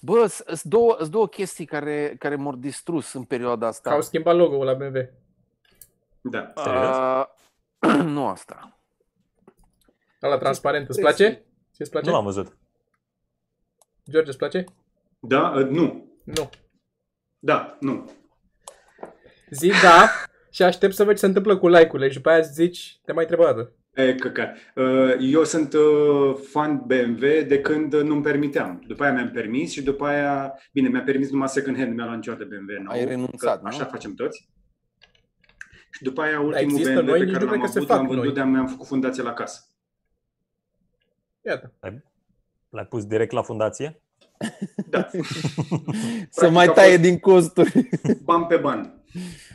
Bă, sunt două, s- două chestii care, care m-au distrus în perioada
Că
asta.
au schimbat logo-ul la BMW.
Da.
Serios?
Uh, (clears throat) nu asta.
Ăla transparent. Îți place? Ți îți place?
Nu l-am văzut.
George, îți place?
Da, uh, nu.
Nu.
Da, nu.
Zi da și aștept să văd ce se întâmplă cu like-urile și după aia zici, te mai întreb o dată.
E căcat. Uh, Eu sunt uh, fan BMW de când nu-mi permiteam. După aia mi-am permis și după aia, bine, mi-a permis numai second hand, nu mi-a luat niciodată BMW nou.
Ai renunțat,
că
nu?
Așa facem toți. Și după aia ultimul
există
BMW
noi,
pe
nici
care
nu cred
l-am
că se
avut,
fac
l-am vândut,
noi.
dar mi-am făcut fundație la casă.
Iată.
L-ai pus direct la fundație?
Da,
Să mai
a
taie
fost-
din costuri.
bani pe bani.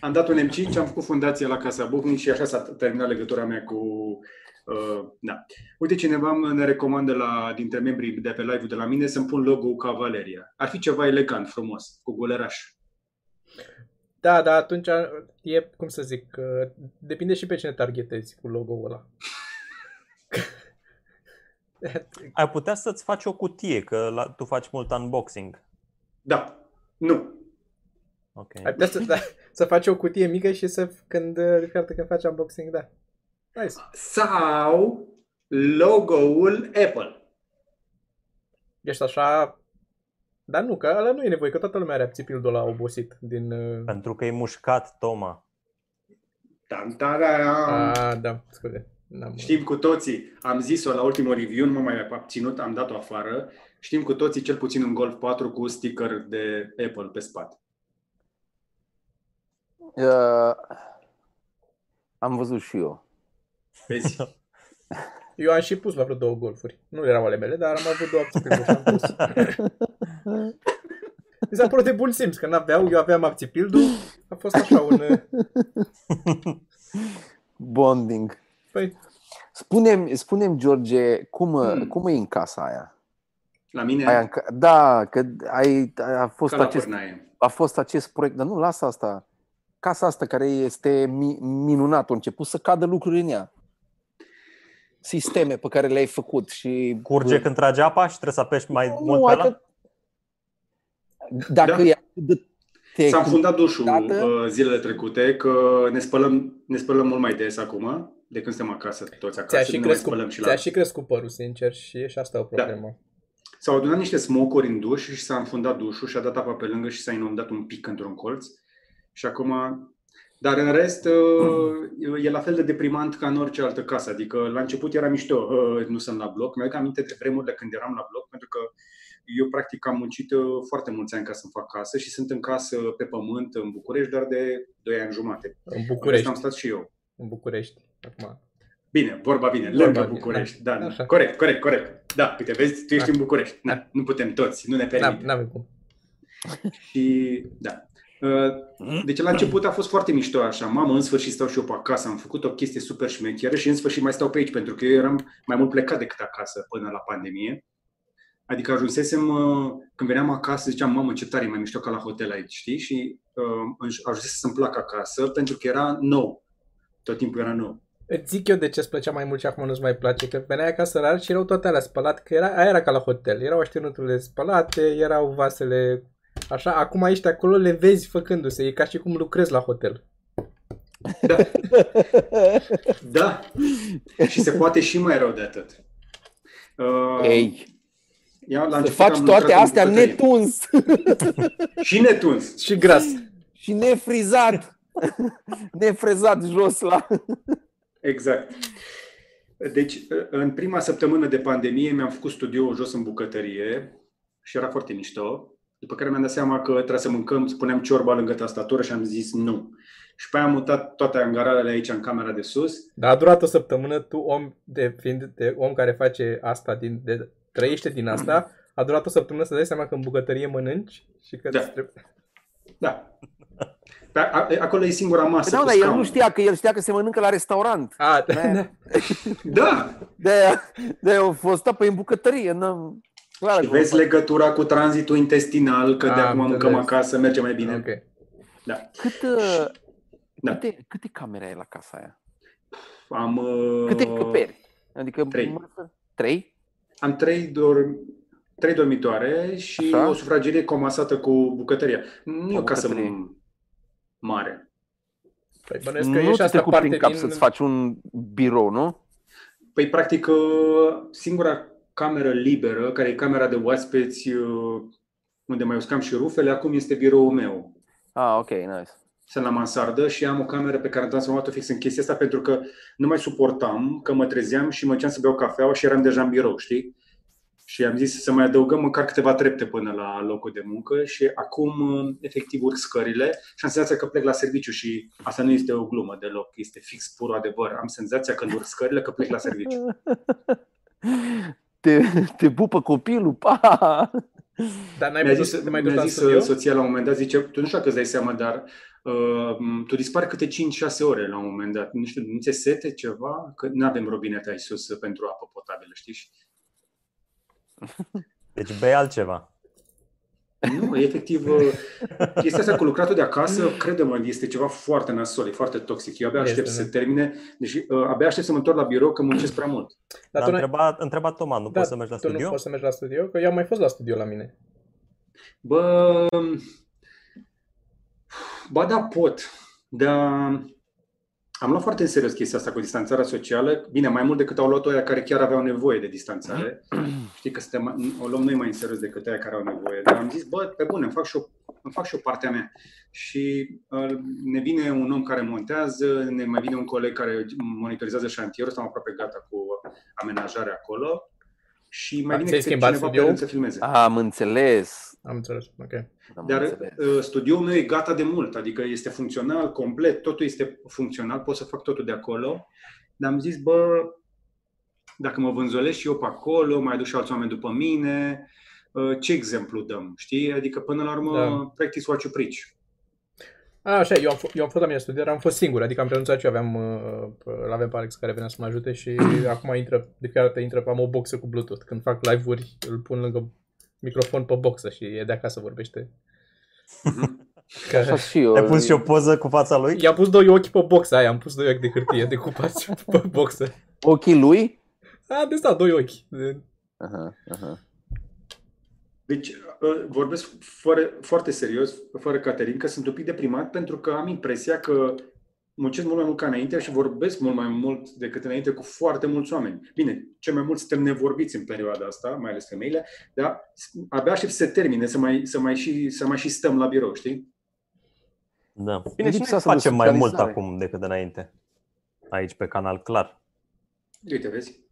Am dat un M5, am făcut fundație la Casa Bucnic și așa s-a terminat legătura mea cu... Uh, da. Uite, cineva mă- ne recomandă la, dintre membrii de pe live-ul de la mine să-mi pun logo Cavaleria. Ar fi ceva elegant, frumos, cu goleraș.
Da, da, atunci e, cum să zic, uh, depinde și pe cine targetezi cu logo-ul ăla.
Ai putea să-ți faci o cutie, că la, tu faci mult unboxing.
Da. Nu.
Ok.
Ai putea să, da, să faci o cutie mică și să, când, uh, iartă, când faci unboxing, da. Nice.
Sau logo-ul Apple.
Ești așa... Dar nu, că ăla nu e nevoie, că toată lumea are apțipildul ăla obosit din... uh,
Pentru că e mușcat, Toma.
Tan, tararam.
A, da, scuze. N-am,
Știm cu toții, am zis-o la ultimul review, nu m-am mai abținut, am dat-o afară. Știm cu toții cel puțin un Golf 4 cu sticker de Apple pe spate.
Uh, am văzut și eu.
Vezi?
Da. Eu am și pus la vreo două golfuri. Nu erau ale mele, dar am avut două apțipilduri și am pus. Mi s-a părut de bun simț, că n-aveau, eu aveam apțipildul. A fost așa un... uh,
Bonding.
Păi,
Spune-mi, spune-mi George, cum,
Hmm.
cum e în casa aia?
La mine,
aia în ca- da, că ai, a, fost
ca la
acest,
pârnaie.
a fost acest proiect, dar nu lasă asta. Casa asta care este mi- minunată, a început să cadă lucruri în ea. Sisteme pe care le-ai făcut și...
Curge când trage apa și trebuie să apeși mai
Mm. Nu,
mult pe
hai
ăla?
că- Dacă
Da.
e atât de
S-am
tehnic,
fundat dușul
Dată?
uh, zilele trecute, că ne spălăm, ne spălăm mult mai des acum, de când suntem acasă, toți
ți-a
acasă,
și,
ne mai
crescut,
spălăm și la... Da.
ți-a și crescut părul, sincer, și e și asta o problemă.
S-au adunat niște smocuri în duș și s-a înfundat dușul și a dat apa pe lângă și s-a inundat un pic într-un colț. Și acum... Dar în rest, uh, e la fel de deprimant ca în orice altă casă. Adică la început era mișto, uh, nu sunt la bloc. Mi-aduc aminte de vremurile când eram la bloc, pentru că eu practic am muncit uh, foarte mulți ani ca să-mi fac casă și sunt în casă pe pământ în București doar de 2 ani jumate.
În
București.
București.
Am stat și eu.
În București. Acum.
Bine, vorba vine,
Vorba
lângă
vine,
București. Da, da.
Așa.
Corect, corect, corect. Da, uite, vezi, tu ești
Da.
în București. Da. Nu putem toți, nu ne
N-am-
permite.
N-avem cum.
Și, da. Uh, Deci la început a fost foarte mișto așa, mamă, în sfârșit stau și eu pe acasă, am făcut o chestie super șmecheră și în sfârșit mai stau pe aici, pentru că eu eram mai mult plecat decât acasă până la pandemie. Adică ajunsesem, uh, când veneam acasă, ziceam, mamă, ce tare, e mai mișto ca la hotel aici, știi? Și uh, ajunsese să-mi plac acasă, pentru că era nou. Tot timpul era nou.
Îți zic eu de ce îți plăcea mai mult și acum nu-ți mai place, că veneai acasă rar și erau toate alea spălate, că era, aia era ca la hotel, erau așternuturile spălate, erau vasele așa, acum ești acolo, le vezi făcându-se, e ca și cum lucrezi la hotel.
Da. Și se poate și mai rău de atât. Uh,
ei,
ia, la
să
început
faci
am
toate
lucrat în
astea
bucătărie.
netuns
Și netuns.
Și gras.
(laughs) și nefrizat, (laughs) nefrezat jos la...
Exact. Deci, în prima săptămână de pandemie mi-am făcut studioul jos în bucătărie și era foarte mișto. După care mi-am dat seama că trebuie să mâncăm, spuneam ciorba lângă tastatură și am zis nu. Și pe aia am mutat toate angaralele aici în camera de sus.
Dar a durat o săptămână, tu om, de, fiind de om care face asta, din, de, trăiește din asta, a durat o săptămână să dai seama că în bucătărie mănânci și că
Da.
îți trebuie...
Da. Pe a- acolo e singura masă.
Da,
cu
dar el nu
scaun.
știa că el știa că se mănâncă la restaurant. (laughs)
A,
Da.
(laughs) da.
Da!
De-aia, de-aia au fost apă în bucătărie. N- clar,
Și vezi
păi.
legătura cu tranzitul intestinal, că de
Am
acum mâncăm
înțeles.
acasă, merge mai bine.
Ok.
cât, uh,
Da.
Câte, câte camere ai la casa aia?
Am, uh,
Câte încăperi? Adică
trei.
masă- Trei?
am trei, dor- trei dormitoare și
Așa.
Așa? o sufragerie comasată cu bucătăria. Nu e o casă
bucătărie.
mare.
Păi bănuiesc că e
Nu
și
te
asta
trecut
parte
prin cap
din...
să-ți faci un birou, nu?
Păi, practic, uh, singura cameră liberă, care e camera de oaspeți, uh, unde mai uscam și rufele, acum este biroul meu.
Ah, ok, nice. (laughs)
sunt la mansardă și am o cameră pe care am transformat-o fix în chestia asta pentru că nu mai suportam că mă trezeam și mă ceam să beau cafeaua și eram deja în birou, știi? Și am zis să mai adăugăm măcar câteva trepte până la locul de muncă și acum uh, efectiv urc scările și am senzația că plec la serviciu și asta nu este o glumă deloc, este fix pur adevăr. Am senzația când urc scările că plec la serviciu.
Te, te pupă copilul, pa!
Dar n-ai
Mi-a
putut
zis,
să te mai duci
mi-a
la
zis
studio?
uh, soția la un moment dat, zice, tu nu știu dacă îți dai seama, dar uh, m, tu dispari câte 5-6 ore la un moment dat. Nu știu, nu ți sete ceva? Că nu avem robinete aici sus uh, pentru apă potabilă, știi? Și-
Deci bei altceva.
Nu, efectiv, uh, chestia asta cu lucratul de acasă, crede-mă, este ceva foarte nasol, e foarte toxic. Eu abia
Este,
aștept
da.
să termine, deci uh, abia aștept să mă întorc la birou că muncesc prea mult.
Dar,
Dar tu, n-ai-
întreba, întreba Toma, nu
Da,
poți să mergi la
tu nu
studio?
poți să mergi la studio? Că eu am mai fost la studio la mine.
Bă, ba da, pot, dar am luat foarte în serios chestia asta cu distanțarea socială. Bine, mai mult decât au luat oia care chiar aveau nevoie de distanțare.
Mm-hmm.
Știi că suntem, o luăm noi mai în serios decât aia care au nevoie. Dar am zis, bă, pe bune, îmi fac și o, îmi fac și o partea mea. Și uh, ne vine un om care montează, ne mai vine un coleg care monitorizează șantierul, stăm aproape gata cu amenajarea acolo. Și mai
A,
vine
ți-ai
câte
schimbat
cineva pe
studioul?
rând să filmeze.
Am înțeles.
Am înțeles. Ok.
Am
Dar (laughs)
înțeles.
uh, studioul meu e gata de mult, adică este funcțional, complet, totul este funcțional, pot să fac totul de acolo. Dar am zis, bă, dacă mă vânzolesc și eu pe acolo, mai aduc și alți oameni după mine, uh, ce exemplu dăm, știi? Adică până la urmă,
Da.
da. practice what you preach.
A, așa, eu am, f- eu am fost la mine în studio, dar am fost singur, adică am renunțat și eu aveam, uh, îl aveam pe Alex care venea să mă ajute și acum intră, de fiecare dată intră, am o boxă cu Bluetooth. Când fac live-uri, îl pun lângă microfon pe boxă și e de acasă vorbește. Că...
Așa și eu.
Ai pus și o poză cu fața lui?
I-am pus doi ochi pe boxă aia, am pus doi ochi de hârtie decupați (laughs) pe boxă.
Ochii lui?
A, de stat, doi ochi. De-
Aha, aha.
Deci uh, vorbesc fără, foarte serios, fără Caterin, că sunt un pic deprimat pentru că am impresia că muncesc mult mai mult ca înainte și vorbesc mult mai mult decât înainte cu foarte mulți oameni. Bine, cel mai mult suntem nevorbiți în perioada asta, mai ales femeile, dar s- abia aștept să se termine, să mai, să mai, și, să mai și stăm la birou, știi?
Da. Bine, și
Lipsa
noi
asta de
facem mai mult
socializare.
acum decât înainte. Aici, pe canal, clar.
Uite, vezi?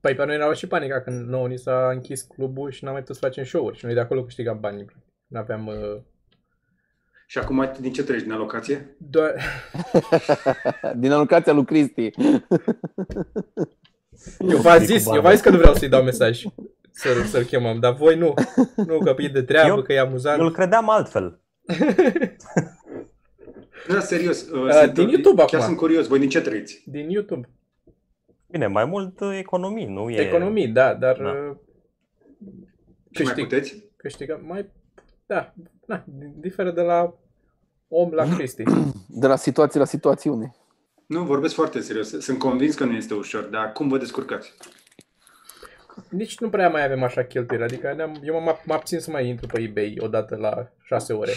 Păi pe noi era și panica când nouă ni s-a închis clubul și n-am mai putut să facem show-uri și noi de acolo câștigam banii. N-aveam... Uh,
Și acum din ce treci din alocație?
doar...
Din alocația lui Cristi.
Eu v-am
zic
zis,
cu
eu v-am
banii.
zis că nu vreau să-i dau mesaj să-l, să-l chemăm, dar voi nu. Nu, că e de treabă, eu,
Eu-
că e
Eu
amuzant.
îl credeam altfel.
Da, serios. uh,
Uh, din YouTube
Chiar
acum.
sunt curios, voi din ce trăiți?
Din YouTube.
Bine, mai mult uh, economii, nu? E...
Economii, da, dar
Da.
da.
Ce mai
câștig.
puteți?
Câștigăm mai... Da, na, diferă de la om la Cristi.
De la situație la situațiune.
Nu, vorbesc foarte serios. Sunt convins că nu este ușor, dar cum vă descurcați?
Nici nu prea mai avem așa cheltuieli, adică ne-am, eu m-am mă abțin să mai intru pe eBay odată la 6 ore.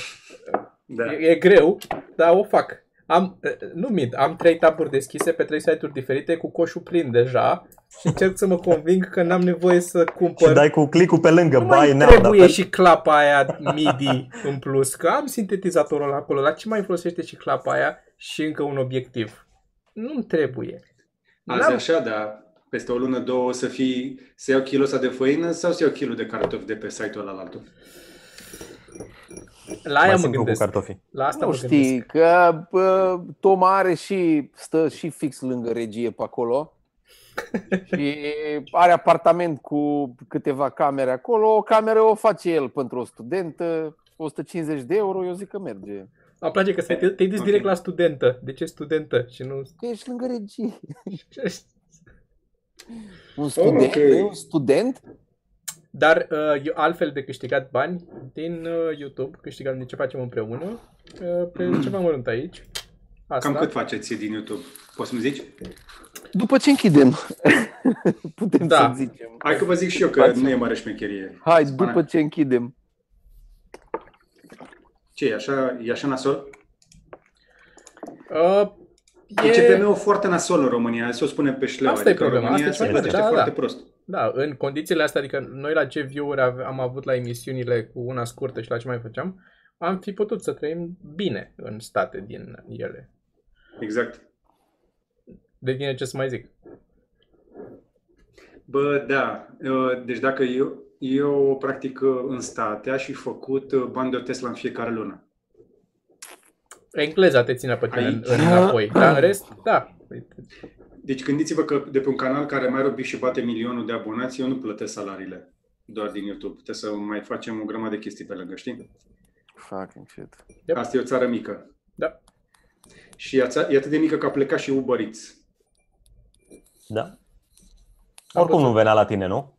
Da.
E, e greu, dar o fac. Am, uh, nu mint, am trei taburi deschise pe trei site-uri diferite cu coșul plin deja și încerc să mă conving că n-am nevoie să cumpăr.
Și dai cu clicul pe lângă,
nu mai
bai, neam, dar
trebuie
pe...
și clapa aia MIDI în plus, că am sintetizatorul ăla acolo, la ce mai folosește și clapa aia și încă un obiectiv? Nu-mi trebuie.
Azi
N-am-
așa, dar peste o lună, două, o să fii, să iau kilo ăsta de făină sau să iau kilo de cartofi de pe site-ul ăla la altul?
La aia
mai
mă
simplu cu
gândesc.
cartofii.
La asta
nu
mă
știi,
gândesc.
că bă, Toma are și, stă și fix lângă regie pe acolo
(laughs)
și are apartament cu câteva camere acolo, o cameră o face el pentru o studentă, 150 de euro, eu zic că merge.
Îmi place că te-ai te-ai dus
Ok.
direct la studentă. De ce studentă? Și nu... (laughs)
Că ești lângă regie. Un student,
ok.
okay. un student
Dar uh, eu altfel de câștigat bani din uh, YouTube, câștigat din ce facem împreună, uh, pe ceva mărunt aici. Asta.
Cam cât faceți din YouTube? Poți să-mi zici?
După ce închidem, (laughs) putem
Da.
să zicem.
Hai că vă zic și eu că nu e mare șmecherie.
Hai,
Spune.
după ce închidem.
Ce, e așa, e așa nasol?
Uh,
E CPM-ul foarte nasol în România, se o spune pe șleu.
Asta e problema,
România se
asta e cea mai
plătește
mare, da,
foarte
da.
prost.
Da, în condițiile astea, adică noi la ce view-uri ave- am avut la emisiunile cu una scurtă și la ce mai făceam, am fi putut să trăim bine în state din ele.
Exact.
De tine ce să mai zic?
Bă, da. Uh, Deci dacă eu, eu practic uh, în state aș fi făcut uh, bani de o Tesla în fiecare lună.
Engleza te ține pe tine în,
Aici.
înapoi, dar în rest, da.
Deci gândiți-vă că de pe un canal care mai are obiect și bate milionul de abonați, eu nu plătesc salariile doar din YouTube. Trebuie să mai facem o grămadă de chestii pe lângă, știi?
Fac încet.
Yep.
Asta e o țară mică.
Da.
Și e ața- e atât de mică că a plecat și Uber Eats.
Da. Oricum nu venea la tine, nu?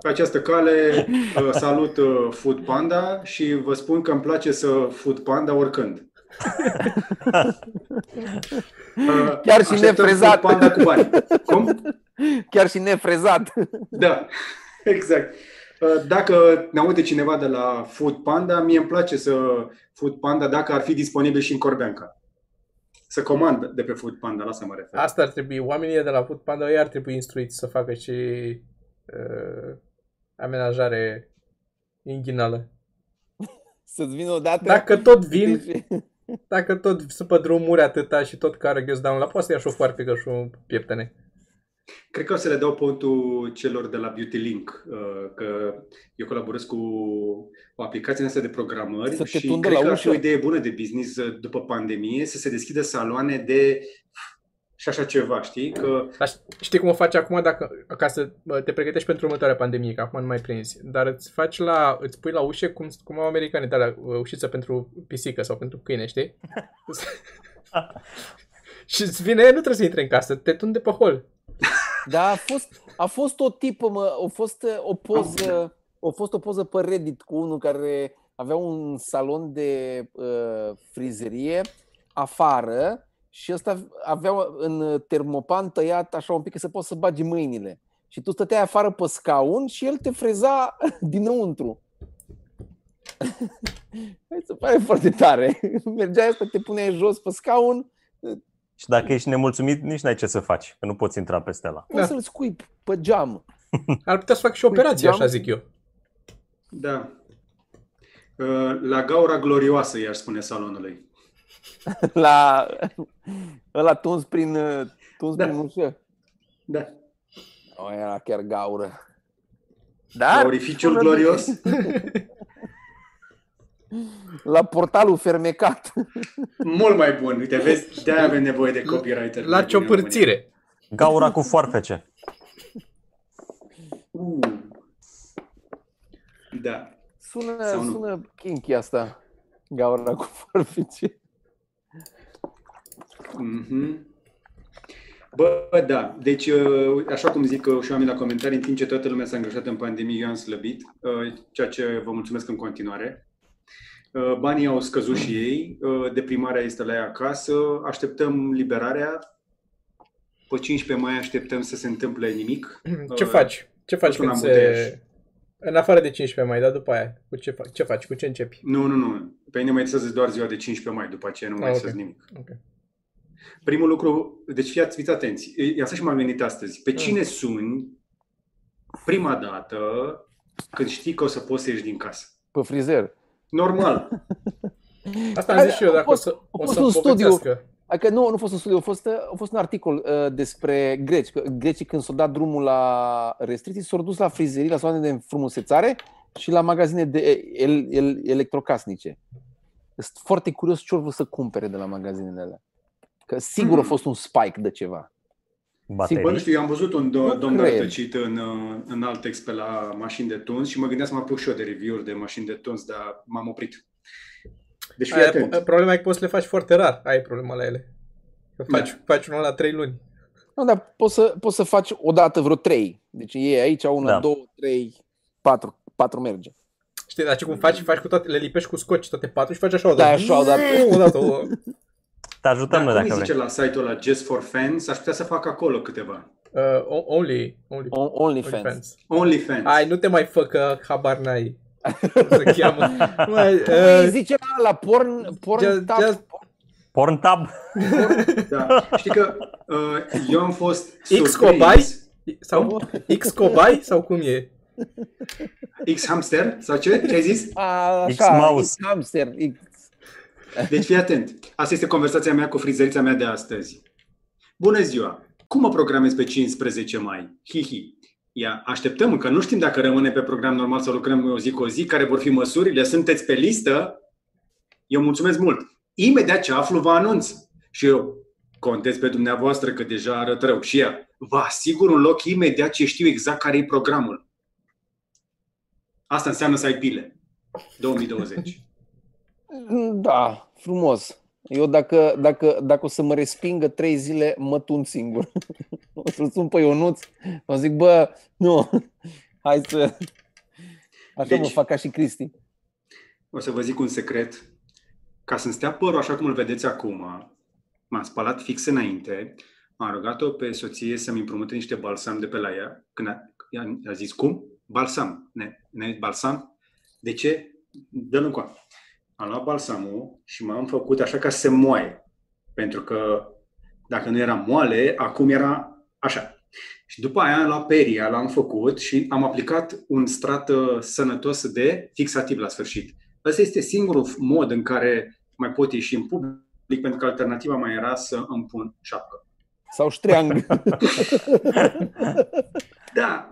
Pe această cale uh, salut uh, Food Panda și vă spun că îmi place să Food Panda
(laughs)
oricând. Uh,
Chiar și
așteptăm Food
nefrezat.
Panda cu bani. Cum?
Chiar și nefrezat. (laughs)
Da, exact. Uh, Dacă ne aude cineva de la Food Panda, mie îmi place să Food Panda dacă ar fi disponibil și în Corbeanca. Să comand de pe Food Panda, la asta mă refer.
Asta ar trebui, oamenii de la Food Panda, ei ar trebui instruiți să facă și uh, amenajare inghinală.
Să-ți vină odată.
Dacă tot vin,
Deci-
dacă tot sunt pe drumuri atâta și tot care ghios down la poate să ia și o foarfecă și un pieptene.
Cred că o să le dau pontul celor de la Beauty Link, uh, că eu colaborez cu o aplicație în asta de programări
Să te
și
tundă
cred
la
că ar fi o
ușă.
idee bună de business uh, după pandemie să se deschidă saloane de și așa ceva, știi? Că
Dar știi cum o faci acum dacă, ca să bă, te pregătești pentru următoarea pandemie, că acum nu mai prinzi, dar îți faci la, îți pui la ușe cum, cum au americanii, dar la ușiță pentru pisică sau pentru câine,
(laughs)
știi? și îți vine, nu trebuie să intre în casă, te tunde pe hol.
Da, a fost, a fost o tipă, mă, a fost uh, o poză, a fost o poză pe Reddit cu unul care avea un salon de uh, frizerie afară și ăsta avea în termopan tăiat așa un pic că să poți să bagi mâinile. Și tu stăteai afară pe scaun și el te freza (laughs) dinăuntru. (laughs) Mi se pare foarte tare. (laughs) Mergeai asta, te puneai jos pe scaun,
Și dacă ești nemulțumit, nici n-ai ce să faci, că nu poți intra peste la.
poți
Da.
să-l scuip pe geam.
Ar putea să fac și operație, așa zic eu.
Da. Uh, La gaura glorioasă, i-aș spune salonului.
la ăla tuns prin uh, tuns
Da.
da. prin ușă.
Da.
O, era chiar gaură.
La
Dar
orificiul
sună
glorios.
la portalul fermecat.
(laughs) Mult mai bun. Uite, vezi, de avem nevoie de copywriter.
La ciopârțire.
Gaura cu foarfece.
Uh. Da.
Sună,
Sau nu?
sună kinky asta. Gaura cu forfice.
Mhm. Bă, da. Deci, uh, așa cum zic uh, și oamenii la comentarii, în timp ce toată lumea s-a îngrășat în pandemie, eu am slăbit, uh, ceea ce vă mulțumesc în continuare. Uh, Banii au scăzut și ei, uh, deprimarea este la ea acasă, așteptăm liberarea. Pe 15 mai așteptăm să se întâmple nimic.
Ce
Uh,
faci? Ce faci
nu știu,
când
n-am putea
se... În afară de 15 mai, dar după aia, cu ce, faci? ce faci? Cu ce începi?
Nu, nu, nu. Pe mine mă interesează doar ziua de 15 mai, după aceea nu mă
Ah, ok.
interesează nimic.
Ok.
Primul lucru, deci fiați, fiți atenți. E, Asta și m-am gândit astăzi.
Mm.
Pe cine suni prima dată când știi că o să poți să ieși din casă?
Pe frizer.
Normal.
Asta am zis și eu,
A
dacă o
fost-
să, o
fost
să
un studiu.
povestească.
Adică nu, nu a fost un studiu, a fost, uh, a fost un articol uh, despre greci. Că grecii când s-au dat drumul la restricții, s-au dus la frizerii, la saloane de înfrumusețare și la magazine de el, el, electrocasnice. Sunt foarte curios ce vor să cumpere de la magazinele alea. Că sigur a
Hmm.
fost un spike de ceva.
Bă, nu
Baterii.
știu, eu am văzut un do-
Nu
domn
cred.
rătăcit în, uh, în Altex pe la mașini de tuns și mă gândeam să mă apuc și eu de review-uri de mașini de tuns, dar m-am oprit. Deci fii
Aia,
atent.
po- problema e că poți să le faci foarte rar. Ai problema la ele. Că
Da.
faci, faci unul la 3 luni.
Nu, dar poți să, poți să faci odată vreo trei. Deci e aici una,
Da.
două, trei, patru, patru merge.
Știi, dar ce cum faci, faci cu toate, le lipești cu scoci toate patru și faci așa o
Da,
dată.
așa o dată.
O dată, o... Da,
Te
Dar
ajutăm noi
cum îi
dacă
zice
vrei.
la site-ul ăla Just for Fans? Aș putea să fac acolo câteva.
Uh, o- only, only,
On- OnlyFans.
fans.
Only fans.
Ai, nu te mai fă că habar
(laughs)
n-ai. Cum se cheamă. Mai,
Cum îi
uh,
Păi zice la, la porn, porn
just,
tab?
just
Porntab.
Da. Știi că uh, eu am fost surprins.
cobai? sau X cobai sau cum e?
X hamster? Sau ce? Ce ai zis?
A, așa,
X-mouse.
X-hamster. X...
Deci fii atent. Asta este conversația mea cu frizerița mea de astăzi. Bună ziua! Cum mă programez pe 15 mai? Hihi. Ia, așteptăm încă. Nu știm dacă rămâne pe program normal sau lucrăm o zi cu o zi, care vor fi măsurile. Sunteți pe listă? Eu mulțumesc mult. Imediat ce aflu, vă anunț. Și eu contez pe dumneavoastră că deja arăt rău. Și ea, vă asigur un loc imediat ce știu exact care e programul. Asta înseamnă să ai pile. 2020.
Da, frumos. Eu dacă, dacă, dacă o să mă respingă trei zile, mă tun singur. (laughs) O să-l sun pe Ionuț, o zic, bă, nu, hai să... Așa
Deci-
mă fac ca și Cristi.
O să vă zic un secret. Ca să-mi stea părul așa cum îl vedeți acum, m-am spălat fix înainte, am rugat-o pe soție să-mi împrumute niște balsam de pe la ea. Când a, i-a- i-a zis, cum? Balsam. Ne, ne balsam? De ce? Dă-l încoa. Am luat balsamul și m-am făcut așa ca să se moaie. Pentru că dacă nu era moale, acum era așa. Și după aia am luat peria, l-am făcut și am aplicat un strat uh, sănătos de fixativ la sfârșit. Ăsta este singurul mod în care mai pot ieși în public, pentru că alternativa mai era să îmi pun șapcă.
Sau (laughs) ștreang.
Da,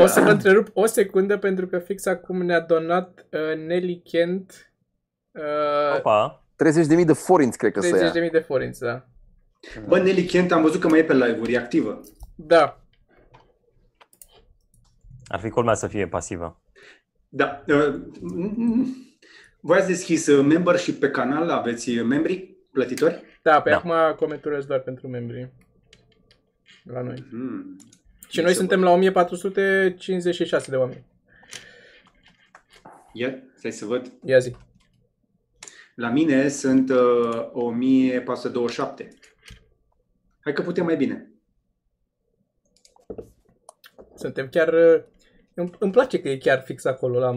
O să vă întrerup o secundă pentru că fix acum ne-a donat uh, Nelly Kent uh,
Opa.
30.000 de forinți, cred că să ia.
30.000 de forinți, da.
bă, Nelly Kent, am văzut că mai e pe live-uri, e activă.
Da,
Ar fi culmea să fie pasivă.
Da, uh, m- m- voi ați deschis uh, membership pe canal, aveți uh, membri plătitori?
da, pe
Da.
acum comenturez doar pentru membrii la noi.
Hmm.
Și noi
să
suntem
văd.
la 1456 de oameni.
Ia, stai să văd.
Ia zi.
La mine sunt uh, 1427. Hai că putem mai bine.
Suntem chiar... uh, Îmi, îmi place că e chiar fix acolo, la,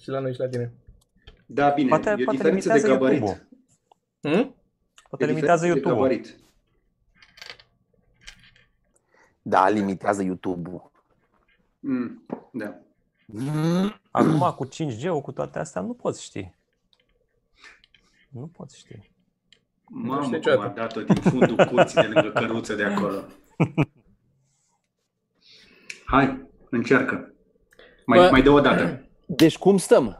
și la noi și la tine.
Da, bine,
Poate-
e o
poate
diferență de
limitează
gabarit.
YouTube-ul.
E
Hmm?
Hm?
diferență
Poate limitează
de
YouTube-ul.
gabarit.
Da, limitează YouTube-ul.
Mm, da.
Acum cu 5G-ul, cu toate astea, nu poți ști. Nu poți ști.
Mamă,
știu
cum
niciodată.
a dat-o din fundul curții de lângă căruță de acolo. Hai, încearcă. Mai,
Bă.
mai dă o dată.
Deci cum stăm?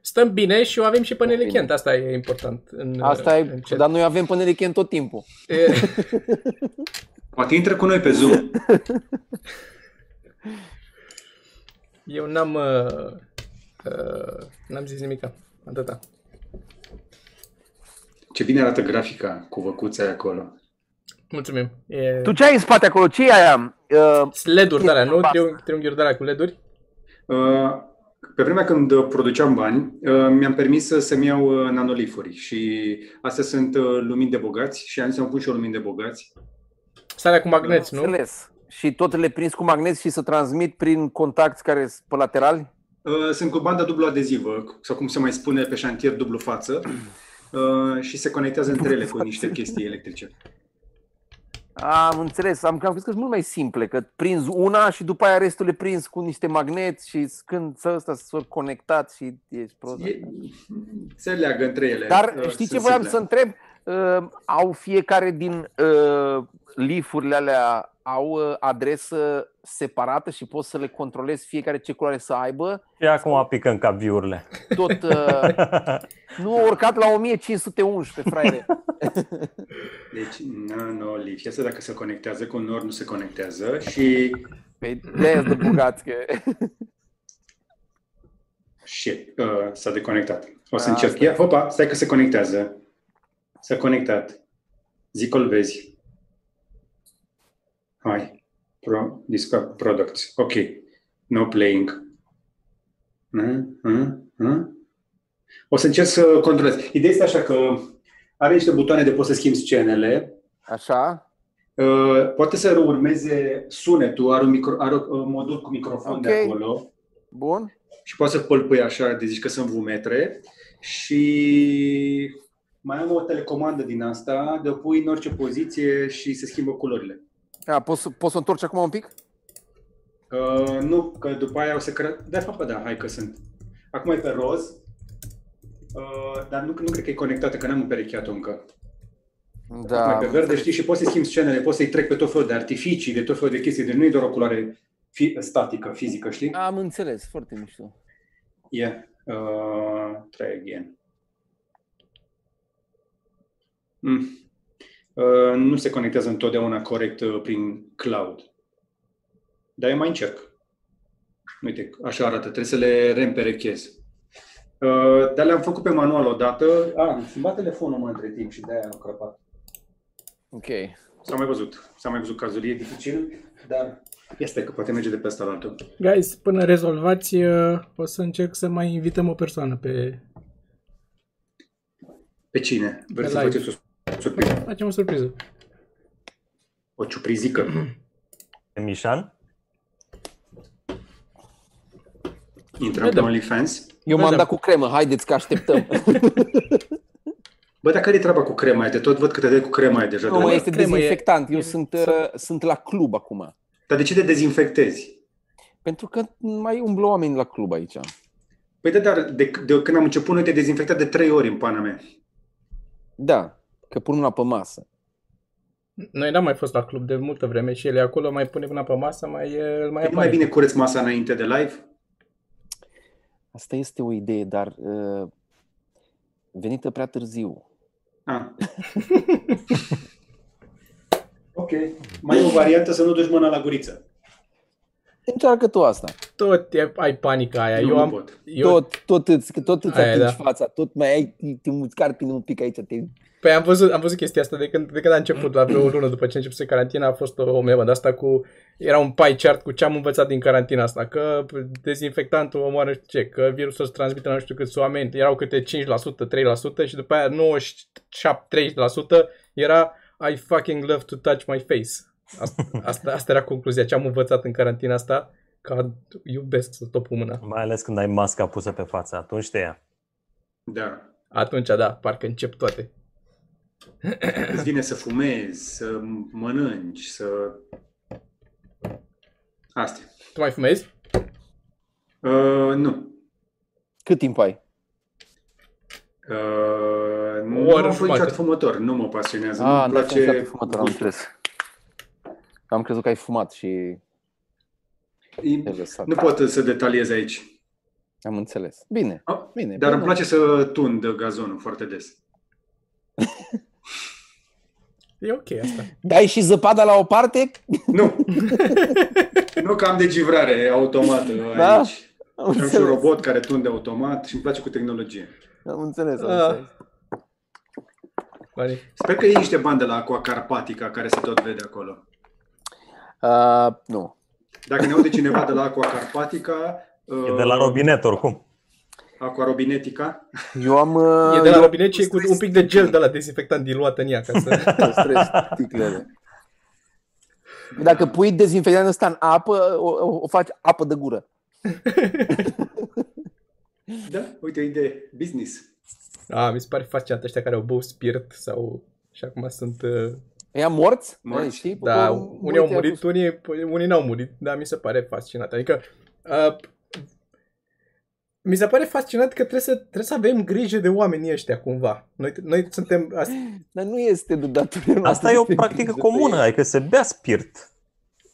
Stăm bine și o avem și pe Nelly
Bine.
Kent, asta e important. În, uh,
Asta
în
e,
chat.
dar noi avem până în tot timpul.
E-
Poate intră cu noi pe Zoom.
Eu n-am... Uh, uh, n-am zis nimica. Atâta.
Ce bine arată grafica cu văcuța aia acolo.
Mulțumim. E...
Tu ce ai în spate acolo? Ce e aia? Uh,
LED-uri de alea, nu?
Basta.
Triung- Triunghiuri de alea cu LED-uri?
Uh, Pe vremea când produceam bani, uh, mi-am permis să- să-mi iau uh, nanolifuri și astea sunt uh, lumini de bogați și am zis să-mi pun și eu lumini de bogați.
Starea cu magneți, nu?
înțeles. Și tot le prins cu magnet și să transmit prin contacti care sunt pe laterali?
Uh, Sunt cu banda dublu adezivă, sau cum se mai spune pe șantier, dublu față uh, și se conectează între ele cu niște chestii electrice.
Am înțeles, am, am crezut că sunt mult mai simple, că prinzi una și după aia restul le prins cu niște magneți și când să ăsta sunt conectat și ești prost.
E, se leagă între ele.
Dar
uh,
știi ce
sunt
voiam să
simple.
întreb? Uh, au fiecare din uh, lifurile alea au uh, adresă separată și poți să le controlezi fiecare ce culoare să aibă.
Și acum picăm ca viurile.
Tot uh, nu au urcat la 1511, fraiere.
Deci, nanolif. Asta dacă se conectează cu nor, nu se conectează și...
Pe de Păi de bogați că
Shit, uh, s-a deconectat. O să
Ah,
încerc. Ia, hopa, stai că se conectează. S-a conectat. Zic, îl vezi. Hai. Pro, disco, products. Ok. No playing. Hă? Hă? Hă? O să încerc să controlez. Ideea este așa că are niște butoane de poți să schimbi scenele.
Așa?
Uh, Poate să urmeze sunetul, are un, micro, are un uh, modul cu microfon okay. de
Ok.
acolo
Bun.
și poate să pălpâi așa, de zici că sunt vumetre. Și mai am o telecomandă din asta, de o pui în orice poziție și se schimbă culorile.
A, poți, să- poți să întorci acum un pic?
Uh, nu, că după aia o să cre... De fapt, bă, da, hai că sunt. Acum e pe roz, uh, dar nu, nu cred că e conectată, că n-am împerecheat-o încă. Da.
Da.
Mai pe verde, știi, și poți să-i schimbi scenele, poți să-i trec pe tot felul de artificii, de tot felul de chestii, deci nu e doar o culoare fi- statică, fizică, știi?
Am înțeles, foarte mișto.
Yeah. Uh, try again. Mm. Uh, nu se conectează întotdeauna corect uh, prin cloud. Dar eu mai încerc. Uite, așa arată. Trebuie să le reîmperechez. Uh, dar le-am făcut pe manual odată. A, ah, schimbat telefonul mă între timp și de-aia am crăpat.
Ok.
S-a mai văzut. S-a mai văzut cazul. E dificil, dar este că poate merge de pe asta la altul.
Guys, până rezolvați, uh, o să încerc să mai invităm o persoană pe...
Pe cine?
Pe
Vreți să
live.
faceți o surpriză?
Facem o surpriză.
O ciuprizică?
Mișan?
Intrăm pe
Vedem.
OnlyFans?
Eu
Da,
m-am
da.
dat cu cremă, haideți că (laughs) așteptăm.
Bă, dar care e treaba cu crema aia? De tot văd că te dai cu crema aia deja.
Nu,
de
mă,
la-
este
Cremă e-
dezinfectant. Eu sunt, uh, sunt la club acum.
Dar de ce te dezinfectezi?
Pentru că mai umblă oameni la club aici.
Păi da, dar de, de când am început noi te dezinfectat de trei ori în pana mea.
Da, că pun la pe masă.
Noi n-am mai fost la club de multă vreme și el e acolo, mai pune până pe masă, mai, uh, îl mai
Păi nu mai
apare.
bine cureți masa înainte de live?
Asta este o idee, dar uh, venită prea târziu.
Ah. ok. Mai e o variantă să nu duci mâna la guriță.
Încearcă tu asta.
Tot e, ai panica aia.
Nu,
eu
nu
am,
pot.
Eu,
Eu... Tot, tot îți, că tot îți
Aia,
atingi
da.
fața, tot mai ai, te muscar tine un pic aici. Te...
Păi am văzut, am văzut chestia asta de când, de când a început, la vreo o lună după ce începuse carantina, a fost o, o memă de asta cu... Era un pie chart cu ce am învățat din carantina asta, că dezinfectantul omoară nu știu ce, că virusul se transmite la nu știu câți oameni, erau câte 5%, 3% și după aia 97, 30% era I fucking love to touch my face. Asta, asta, asta era concluzia, ce am învățat în carantina asta, că iubesc să tot pun mâna.
Mai ales când ai masca pusă pe față, atunci te ia.
Da.
Atunci, da, parcă încep toate.
Îți vine să fumezi, să mănânci, să... Astea.
Tu mai fumezi?
Uh, nu.
Cât timp ai?
Uh, nu
oră
am fost
jumate.
niciodată fumător, nu mă pasionează.
Ah,
nu-mi
n-ai fost
place
niciodată fumător, am înțeles. Am crezut că ai fumat și te-ai lăsat.
Nu pot să detaliez aici.
Am înțeles. Bine,
Ah,
bine.
Dar
bine.
îmi place să tund gazonul foarte des.
E ok asta.
Dai și zăpada la o parte? (laughs)
Nu! nu că am degivrare automată
Da?
uh, aici.
Am
Am și un
înțeles.
robot care tunde automat și îmi place cu tehnologie.
Am înțeles, am
Ah.
înțeles.
Bani.
Sper că e niște bani de la Aqua Carpatica care se tot vede acolo.
Uh, nu.
Dacă ne aude cineva de la Aqua Carpatica, uh,
E de la robinet oricum.
Aqua Robinetica,
Eu am... Uh,
E de la
eu
robinet și e cu un pic de gel de la dezinfectant diluat în ea ca să... (laughs)
(laughs) păstrez sticlele. Dacă pui dezinfectant ăsta în apă, o, o, o faci apă de gură.
da, uite, o idee, business.
A, Ah, mi se pare fascinant ăștia care au băut spirit sau... Și acum sunt... uh,
Ea morți?
Morți.
Ei, știi?
Da,
Bă,
unii au
uite,
murit,
acum-
unii, unii n-au murit, dar mi se pare fascinant. Adică... Uh, mi se pare fascinant că trebuie să, trebuie să avem grijă de oamenii ăștia cumva. Noi, noi suntem... Asta,
Dar nu este de datoria noastră
Asta e o
să fim
practică
grijă
comună,
de ei.
adică se bea spirit.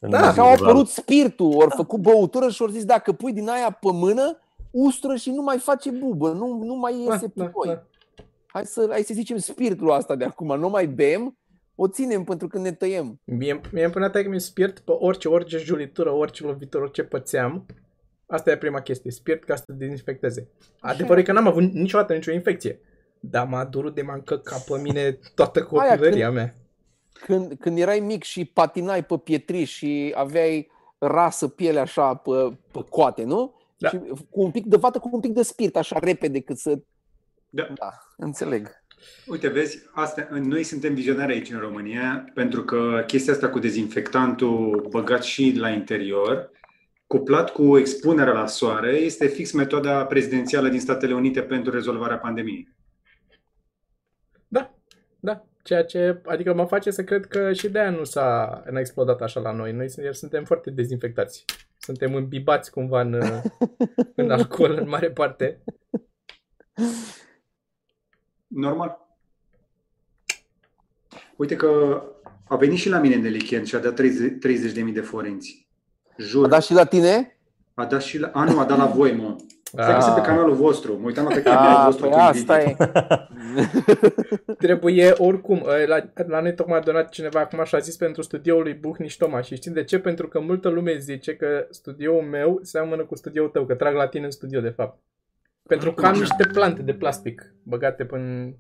în
Da,
mod
Așa au
rural.
apărut spiritul, ori făcut băutură și ori zis dacă pui din aia pe mână, ustură și nu mai face bubă, nu, nu mai iese
da,
pipoi.
da.
Hai să, hai să zicem spiritul asta de acum, nu mai bem, o ținem pentru când ne tăiem.
Mie, mie îmi punea că mi spirit pe orice, orice julitură, orice lovitură, orice pățeam. Asta e prima chestie, spirit ca să te dezinfecteze. Adevărul e că n-am avut niciodată nicio infecție. Dar m-a durut de m-a ca pe mine toată copilăria mea.
Când, când erai mic și patinai pe pietri și aveai rasă pielea așa pe, pe coate, nu?
Da.
Și cu un pic de vată, cu un pic de spirit, așa repede, cât să...
Da.
da înțeleg.
Uite, vezi, asta, noi suntem vizionari aici în România, pentru că chestia asta cu dezinfectantul băgat și la interior, cuplat cu expunerea la soare, este fix metoda prezidențială din Statele Unite pentru rezolvarea pandemiei.
Da, da. Ceea ce, adică mă face să cred că și de aia nu s-a n-a explodat așa la noi. Noi suntem- suntem foarte dezinfectați. Suntem îmbibați cumva în, uh, în alcool în mare parte.
Normal. Uite că a venit și la mine Nelichien și a dat 30 30.000 de forinți. Jur.
A dat Da, și la tine?
A dat și la... A, nu, a dat la voi, mă. Stai că
Ah,
sunt pe canalul vostru. Mă uitam la pe canalul
A,
vostru.
păi
cu
asta
invidie.
e.
Trebuie oricum. uh, La, la noi tocmai a donat cineva acum și a zis pentru studioul lui Buhniș Toma. Și știi de ce? Pentru că multă lume zice că studioul meu seamănă cu studioul tău, că trag la tine în studio de fapt. Pentru că am niște plante de plastic băgate până...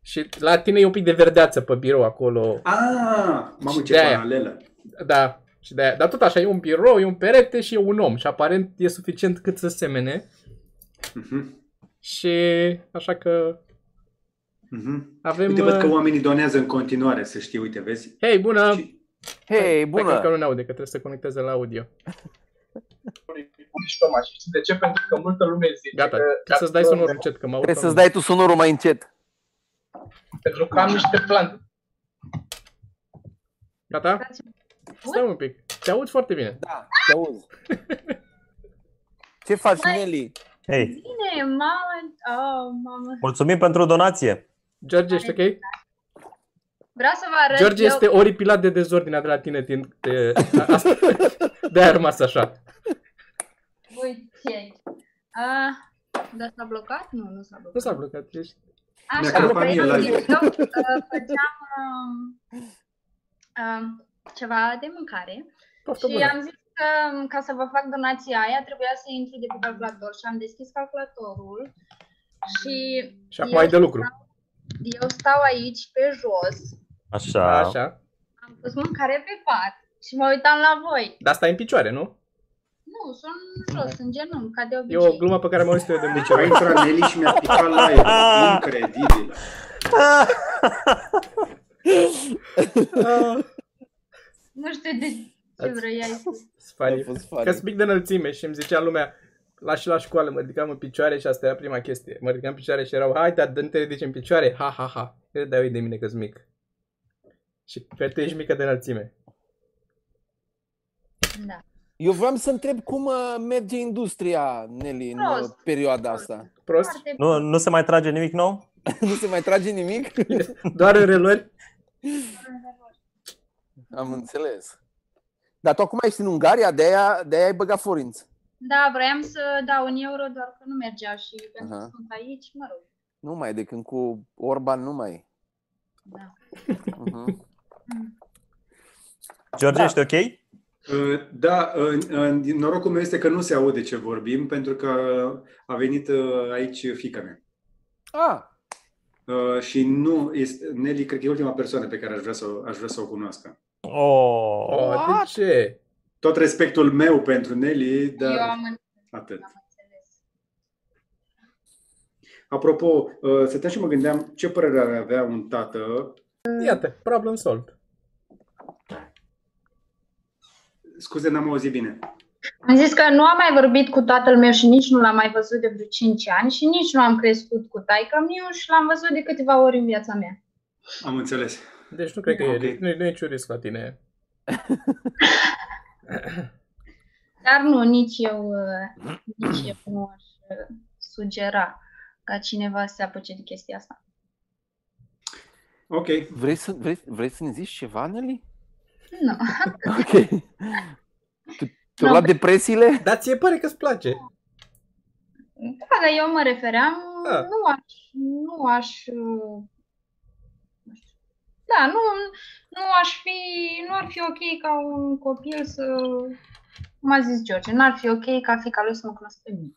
Și la tine e un pic de verdeață pe birou acolo.
A, Ah, mamă, ce
De-aia.
paralelă.
Da, și de Dar tot așa, e un birou, e un perete și e un om. Și aparent e suficient cât să semene.
Mhm,
Și așa că
mhm.
avem...
Uite, văd că
uh, Da.
oamenii donează în continuare, să știi, uite, vezi?
Hei, bună!
Și-
Hei,
Bună. Cred că
bună!
nu ne aude, că trebuie să conecteze la audio. De ce? Pentru că multă lume zice Gata, trebuie să-ți dai sonorul încet, că mă aud.
Trebuie să-ți dai tu sonorul mai încet.
Pentru că am niște plante. Gata? Stai un pic. Te aud foarte bine.
Da, te auzi. Ce faci,
Mai-
Nelly?
Hei,
Bine, mamă, oh, mamă.
mulțumim pentru donație.
George, ești ok?
Vreau să vă arăt
George
eu...
este oripilat de dezordinea de la tine din... De, a- asta- de-aia a rămas așa.
Uite. Ah, dar s-a blocat? Nu, nu s-a blocat.
Nu s-a blocat, ești...
Mi-a
Așa,
călcat
păi,
mie la
eu
zi.
uh, făceam um, um, ceva de mâncare
Poftă
și
bună.
am zis că um, ca să vă fac donația aia trebuia să intru de pe calculator și am deschis calculatorul și
Și acum ai de lucru.
eu stau aici pe jos,
Așa.
Așa.
am pus mâncare pe pat și mă uitam la voi.
Dar stai în picioare, nu?
Nu, sunt jos, în genunchi, ca de
E
obicei.
o glumă pe care am auzit eu de
Deci
multe
a (laughs)
ori.
intrat Nelly și mi-a picat la el.
(laughs)
Incredibil.
Ah,
Nu știu de ce
Ați-
vrei ai spus.
It's
A
funny.
fost
Că
funny.
sunt mic de înălțime și îmi zicea lumea, la și la școală mă ridicam în picioare și asta era prima chestie. Mă ridicam în picioare și erau, hai, dar dă te ridici în picioare, ha, ha, ha. El dai de mine că sunt mic. Și că tu ești mică de înălțime.
Da.
Eu vreau să întreb cum uh, merge industria, Nelly, în uh,
Prost.
perioada asta. (laughs)
Prost?
Foarte
Nu, nu se mai trage nimic nou?
Nu se mai trage nimic?
Doar în relori?
Am înțeles. Dar tu acum ești în Ungaria, de-aia, de-aia ai băgat forinți.
Da, vroiam să dau un euro, doar că nu mergea și pentru că
Aha.
sunt aici, mă rog.
Nu mai, de când cu Orban nu mai.
Da.
Uh-huh.
George,
Da.
ești ok?
Uh, Da, uh, uh, norocul meu este că nu se aude ce vorbim, pentru că a venit uh, aici fica mea.
Ah,
Uh, Și nu este, Nelly cred că e ultima persoană pe care aș vrea să, o- aș vrea să o cunoască.
Oh.
Oh, de
What?
ce?
Tot respectul meu pentru Nelly,
Da.
Eu
dar
am înțeles,
atât.
am înțeles.
Apropo, uh, stăteam și mă gândeam ce părere ar avea un tată
Iată, problem solved.
Scuze, n-am auzit bine.
Am zis că nu am mai vorbit cu tatăl meu și nici nu l-am mai văzut de vreo 5 ani și nici nu am crescut cu taica meu și l-am văzut de câteva ori în viața mea.
Am înțeles.
Deci nu cred că e,
Ok.
nu, nu e niciun risc la tine.
Dar nu, nici eu, uh, nici eu nu aș uh, sugera ca cineva să se apuce de chestia asta.
Ok.
vrei, să, vrei, vrei să ne zici ceva,
(laughs)
Nelly?
Nu.
Ok. Tu, te-au
Nu.
luat depresiile?
Dar ție pare că îți place.
Da, dar eu mă refeream,
Da.
nu aș, nu aș, uh, nu știu. da, nu, nu aș fi, nu ar fi ok ca un copil să, cum a zis George, n-ar fi ok ca fica lui să mă cunoască pe mine.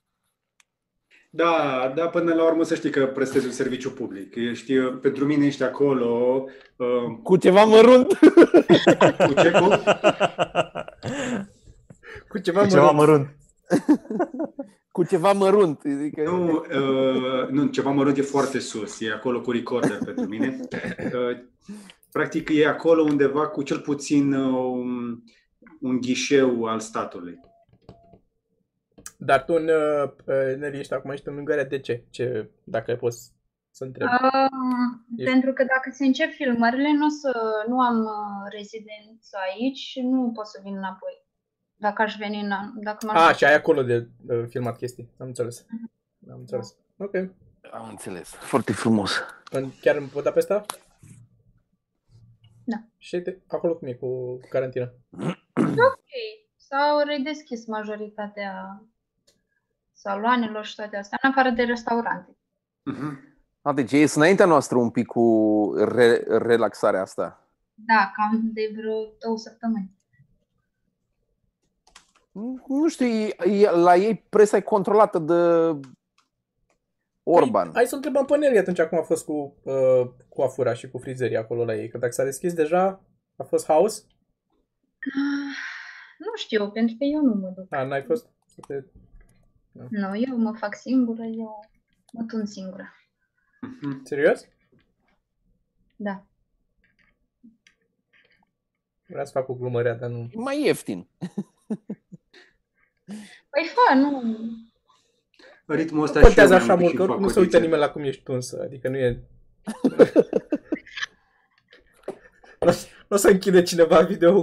Da, da, până la urmă să știi că prestezi un serviciu public. Ești, uh, pentru mine ești acolo uh,
Cu ceva mărunt.
cu ce cu?
Cu ceva,
Ceva mărunt.
(laughs) Cu ceva mărunt. Adică,
Nu, uh, nu, ceva mărunt e foarte sus, e acolo cu recorder pentru mine. Uh, practic e acolo undeva cu cel puțin uh, un, un ghișeu al statului.
Dar tu, în, uh, uh, Nelly, ești acum ești în Ungaria, de ce? ce dacă ai poți să întrebi.
Um,
Da. E-
pentru că dacă se încep filmările, nu, o să, nu am uh, rezidență aici și nu pot să vin înapoi. Dacă aș veni, în, an- dacă m-aș
A, Ah, și ai acolo de uh, filmat chestii. Am înțeles. Am înțeles. Ok.
Am înțeles. Foarte frumos.
În, chiar în Budapesta?
Da.
Și de, acolo cum e cu carantina?
Ok. S-au redeschis majoritatea saloanelor și toate astea, în afară de restaurante.
Uh-huh.
A, deci ei sunt înaintea noastră un pic cu re- relaxarea asta.
Da, cam de vreo două săptămâni.
Nu știu, e- e- la ei presa e controlată de Orban.
Păi, Hai să întrebăm pe Nelly atunci cum a fost cu uh, coafura și cu frizeria acolo la ei. Că dacă s-a deschis deja, a fost haos?
Ah, Nu știu, pentru că eu nu mă duc.
A, n-ai fost? Să te-
Nu, eu mă fac singură, eu mă tun singură.
Uh-huh.
Serios?
Da.
Vreau să fac o glumă rea, dar nu.
E mai ieftin.
Păi fă, nu...
Ritmul ăsta
Nu contează
și eu
așa
mi-am
mult, că
obișnuit
oricum nu se
facotițe.
uită nimeni la cum ești tunsă. Adică nu e...
(laughs)
nu, o să închide cineva video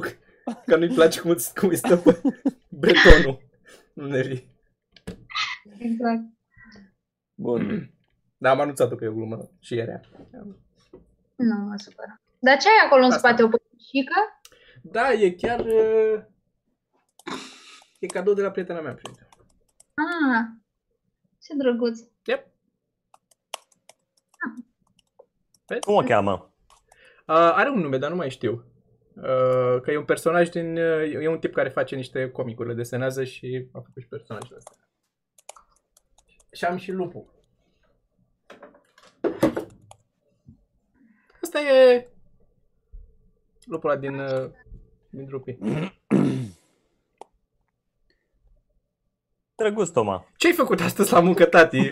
că nu-i place cum, îți- cum îi
(laughs)
stă pe betonul. Nelly.
Exact.
Bun.
Da, am anunțat-o că e o glumă și e rea.
Nu mă supără. Dar ce ai acolo în
Asta.
spate? O păcișică?
Da, e chiar... uh, E cadou de la prietena mea, prieten.
Ah, ce drăguț.
Yep. Vezi?
Cum o cheamă?
Uh, are un nume, dar nu mai știu. Uh, că e un personaj din... Uh, e un tip care face niște comicuri, le desenează și a făcut și personajul ăsta. Și am și lupul. Asta e... Lupul ăla din... Uh, din drupi.
Drăguț, Toma.
Ce-ai făcut astăzi la muncă, tati?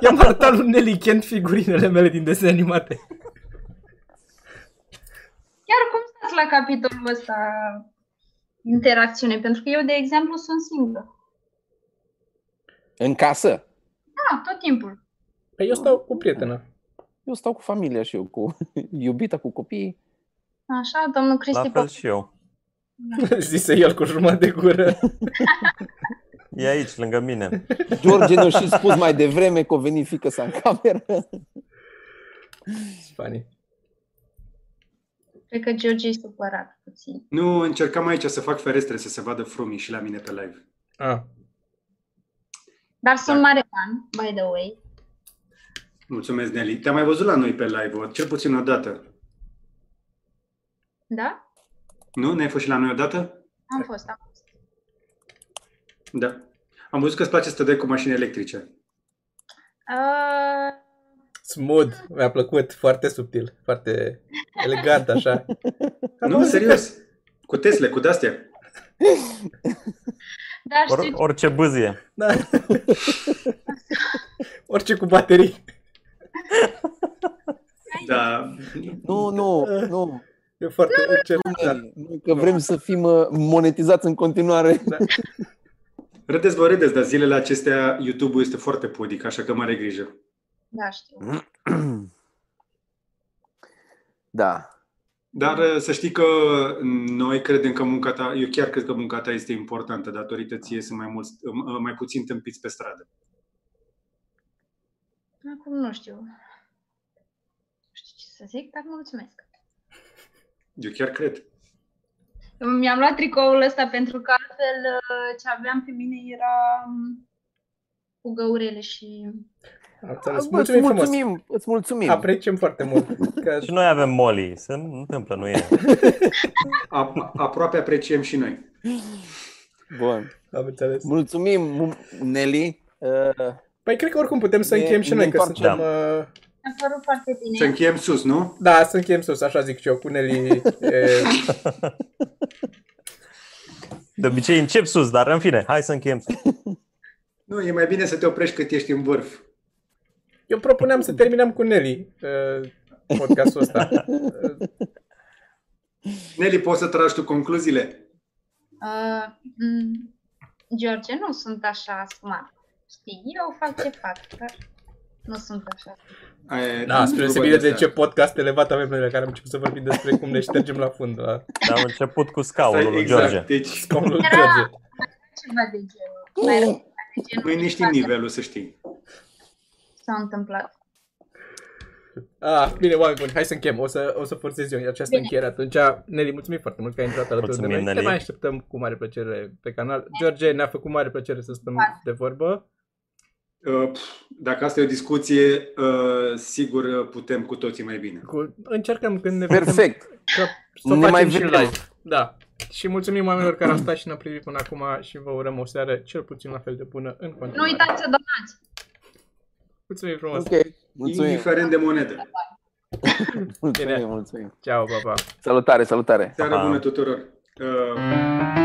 I-am arătat lui Nelly Kent figurinele mele din desene animate.
Chiar cum stați la capitolul ăsta interacțiune? Pentru că eu, de exemplu, sunt singură.
În casă.
Da, tot timpul.
Păi eu stau cu prietena.
Eu stau cu familia și eu, cu (laughs) iubita, cu copiii.
Așa, domnul
La
Cristi
fel
Pop.
și eu.
(laughs) Zise el cu jumătate de gură.
E aici, lângă mine.
George ne-a și spus mai devreme că o veni fică sa în cameră.
Funny.
Cred că George e supărat puțin.
Nu, încercam aici să fac ferestre să se vadă frumii și la mine pe live.
Ah.
Dar sunt
Da.
mare fan, by the way.
Mulțumesc, Nelly. Te-am mai văzut la noi pe live, o- cel puțin o dată.
Da?
Nu? Ne-ai fost și la noi o dată?
Am fost, am fost.
Da. Am văzut că îți place să te dai cu mașini electrice.
Uh,
Smooth, mi-a plăcut, foarte subtil, foarte elegant așa.
Nu, serios. Cu Tesla, cu de-astea.
dar
Or,
știu,
orice bâzie.
Da. Orice cu baterii.
Da.
Nu, nu, nu.
E foarte orice. Da.
Nu, Că vrem să fim uh, monetizați în continuare.
Râdeți, vă râdeți, dar zilele acestea YouTube-ul este foarte pudic, așa că mare grijă.
da, știu.
Da.
Dar uh, să știi că noi credem că munca ta, eu chiar cred că munca ta este importantă, datorită ție sunt mai, mulți, uh, mai puțin tâmpiți pe stradă.
Acum nu știu. Nu știu ce să zic, dar mulțumesc.
Eu chiar cred.
Mi-am luat tricoul ăsta pentru că altfel uh, ce aveam pe mine era um, cu găurele și...
Am înțeles.
Bă, îți
Mulțumim, frumos.
mulțumim, îți mulțumim.
Apreciem foarte mult. Că
Și noi avem molly. Se întâmplă, nu e.
A, aproape apreciem și noi.
Bun.
am înțeles.
Mulțumim, mu- Nelly. Uh,
Păi cred că oricum putem să
Ne-
încheiem și
ne
noi, că
întoarcem.
suntem... uh,
Mi-a părut foarte bine.
Să încheiem sus, nu?
Da, să încheiem sus, așa zic și eu, cu Nelly. E...
De obicei încep sus, dar în fine, hai să încheiem. sus.
Nu, e mai bine să te oprești cât ești în vârf.
Eu propuneam să terminăm cu Nelly uh, podcastul ăsta. Uh,
Nelly, poți să tragi tu concluziile?
Uh, m- George, nu sunt așa smart. Știi, eu fac ce fac, dar nu sunt așa.
Aia-
da, spre
vorba
deosebire de
asta.
ce podcast elevat avem noi, la care am început să vorbim despre cum ne ștergem la fund, la
Am început cu scaunul lui
Exact,
George.
Deci,
scaunul lui George.
Ceva de genul. Mai era ceva de genul
noi ne știm
Toate
nivelul, să știi.
S-a întâmplat.
Ah, bine, oameni buni, hai să închem. O să, o să forțez eu această
Bine.
încheiere atunci. Nelly, mulțumim foarte mult că ai intrat alături
Mulțumim,
de noi. Te
Nelly.
mai așteptăm cu mare plăcere pe canal. George, ne-a făcut mare plăcere să stăm de vorbă.
Uh, pf, Dacă asta e o discuție, uh, sigur uh, putem cu toții mai bine.
Cu... Încercăm când ne vedem
Perfect.
Că să o
Ne
facem
mai
și
vedem.
live. Da. Și mulțumim oamenilor care au stat și ne-au privit până acum și vă urăm o seară cel puțin la fel de bună în continuare.
Nu uitați să donați.
Mulțumim frumos!
Ok. Mulțumim.
Indiferent de monedă.
Mulțumim,
Bine.
mulțumim.
Ceau, pa, pa!
Salutare, salutare.
Seara
Pa.
bună tuturor! Uh,
Bye.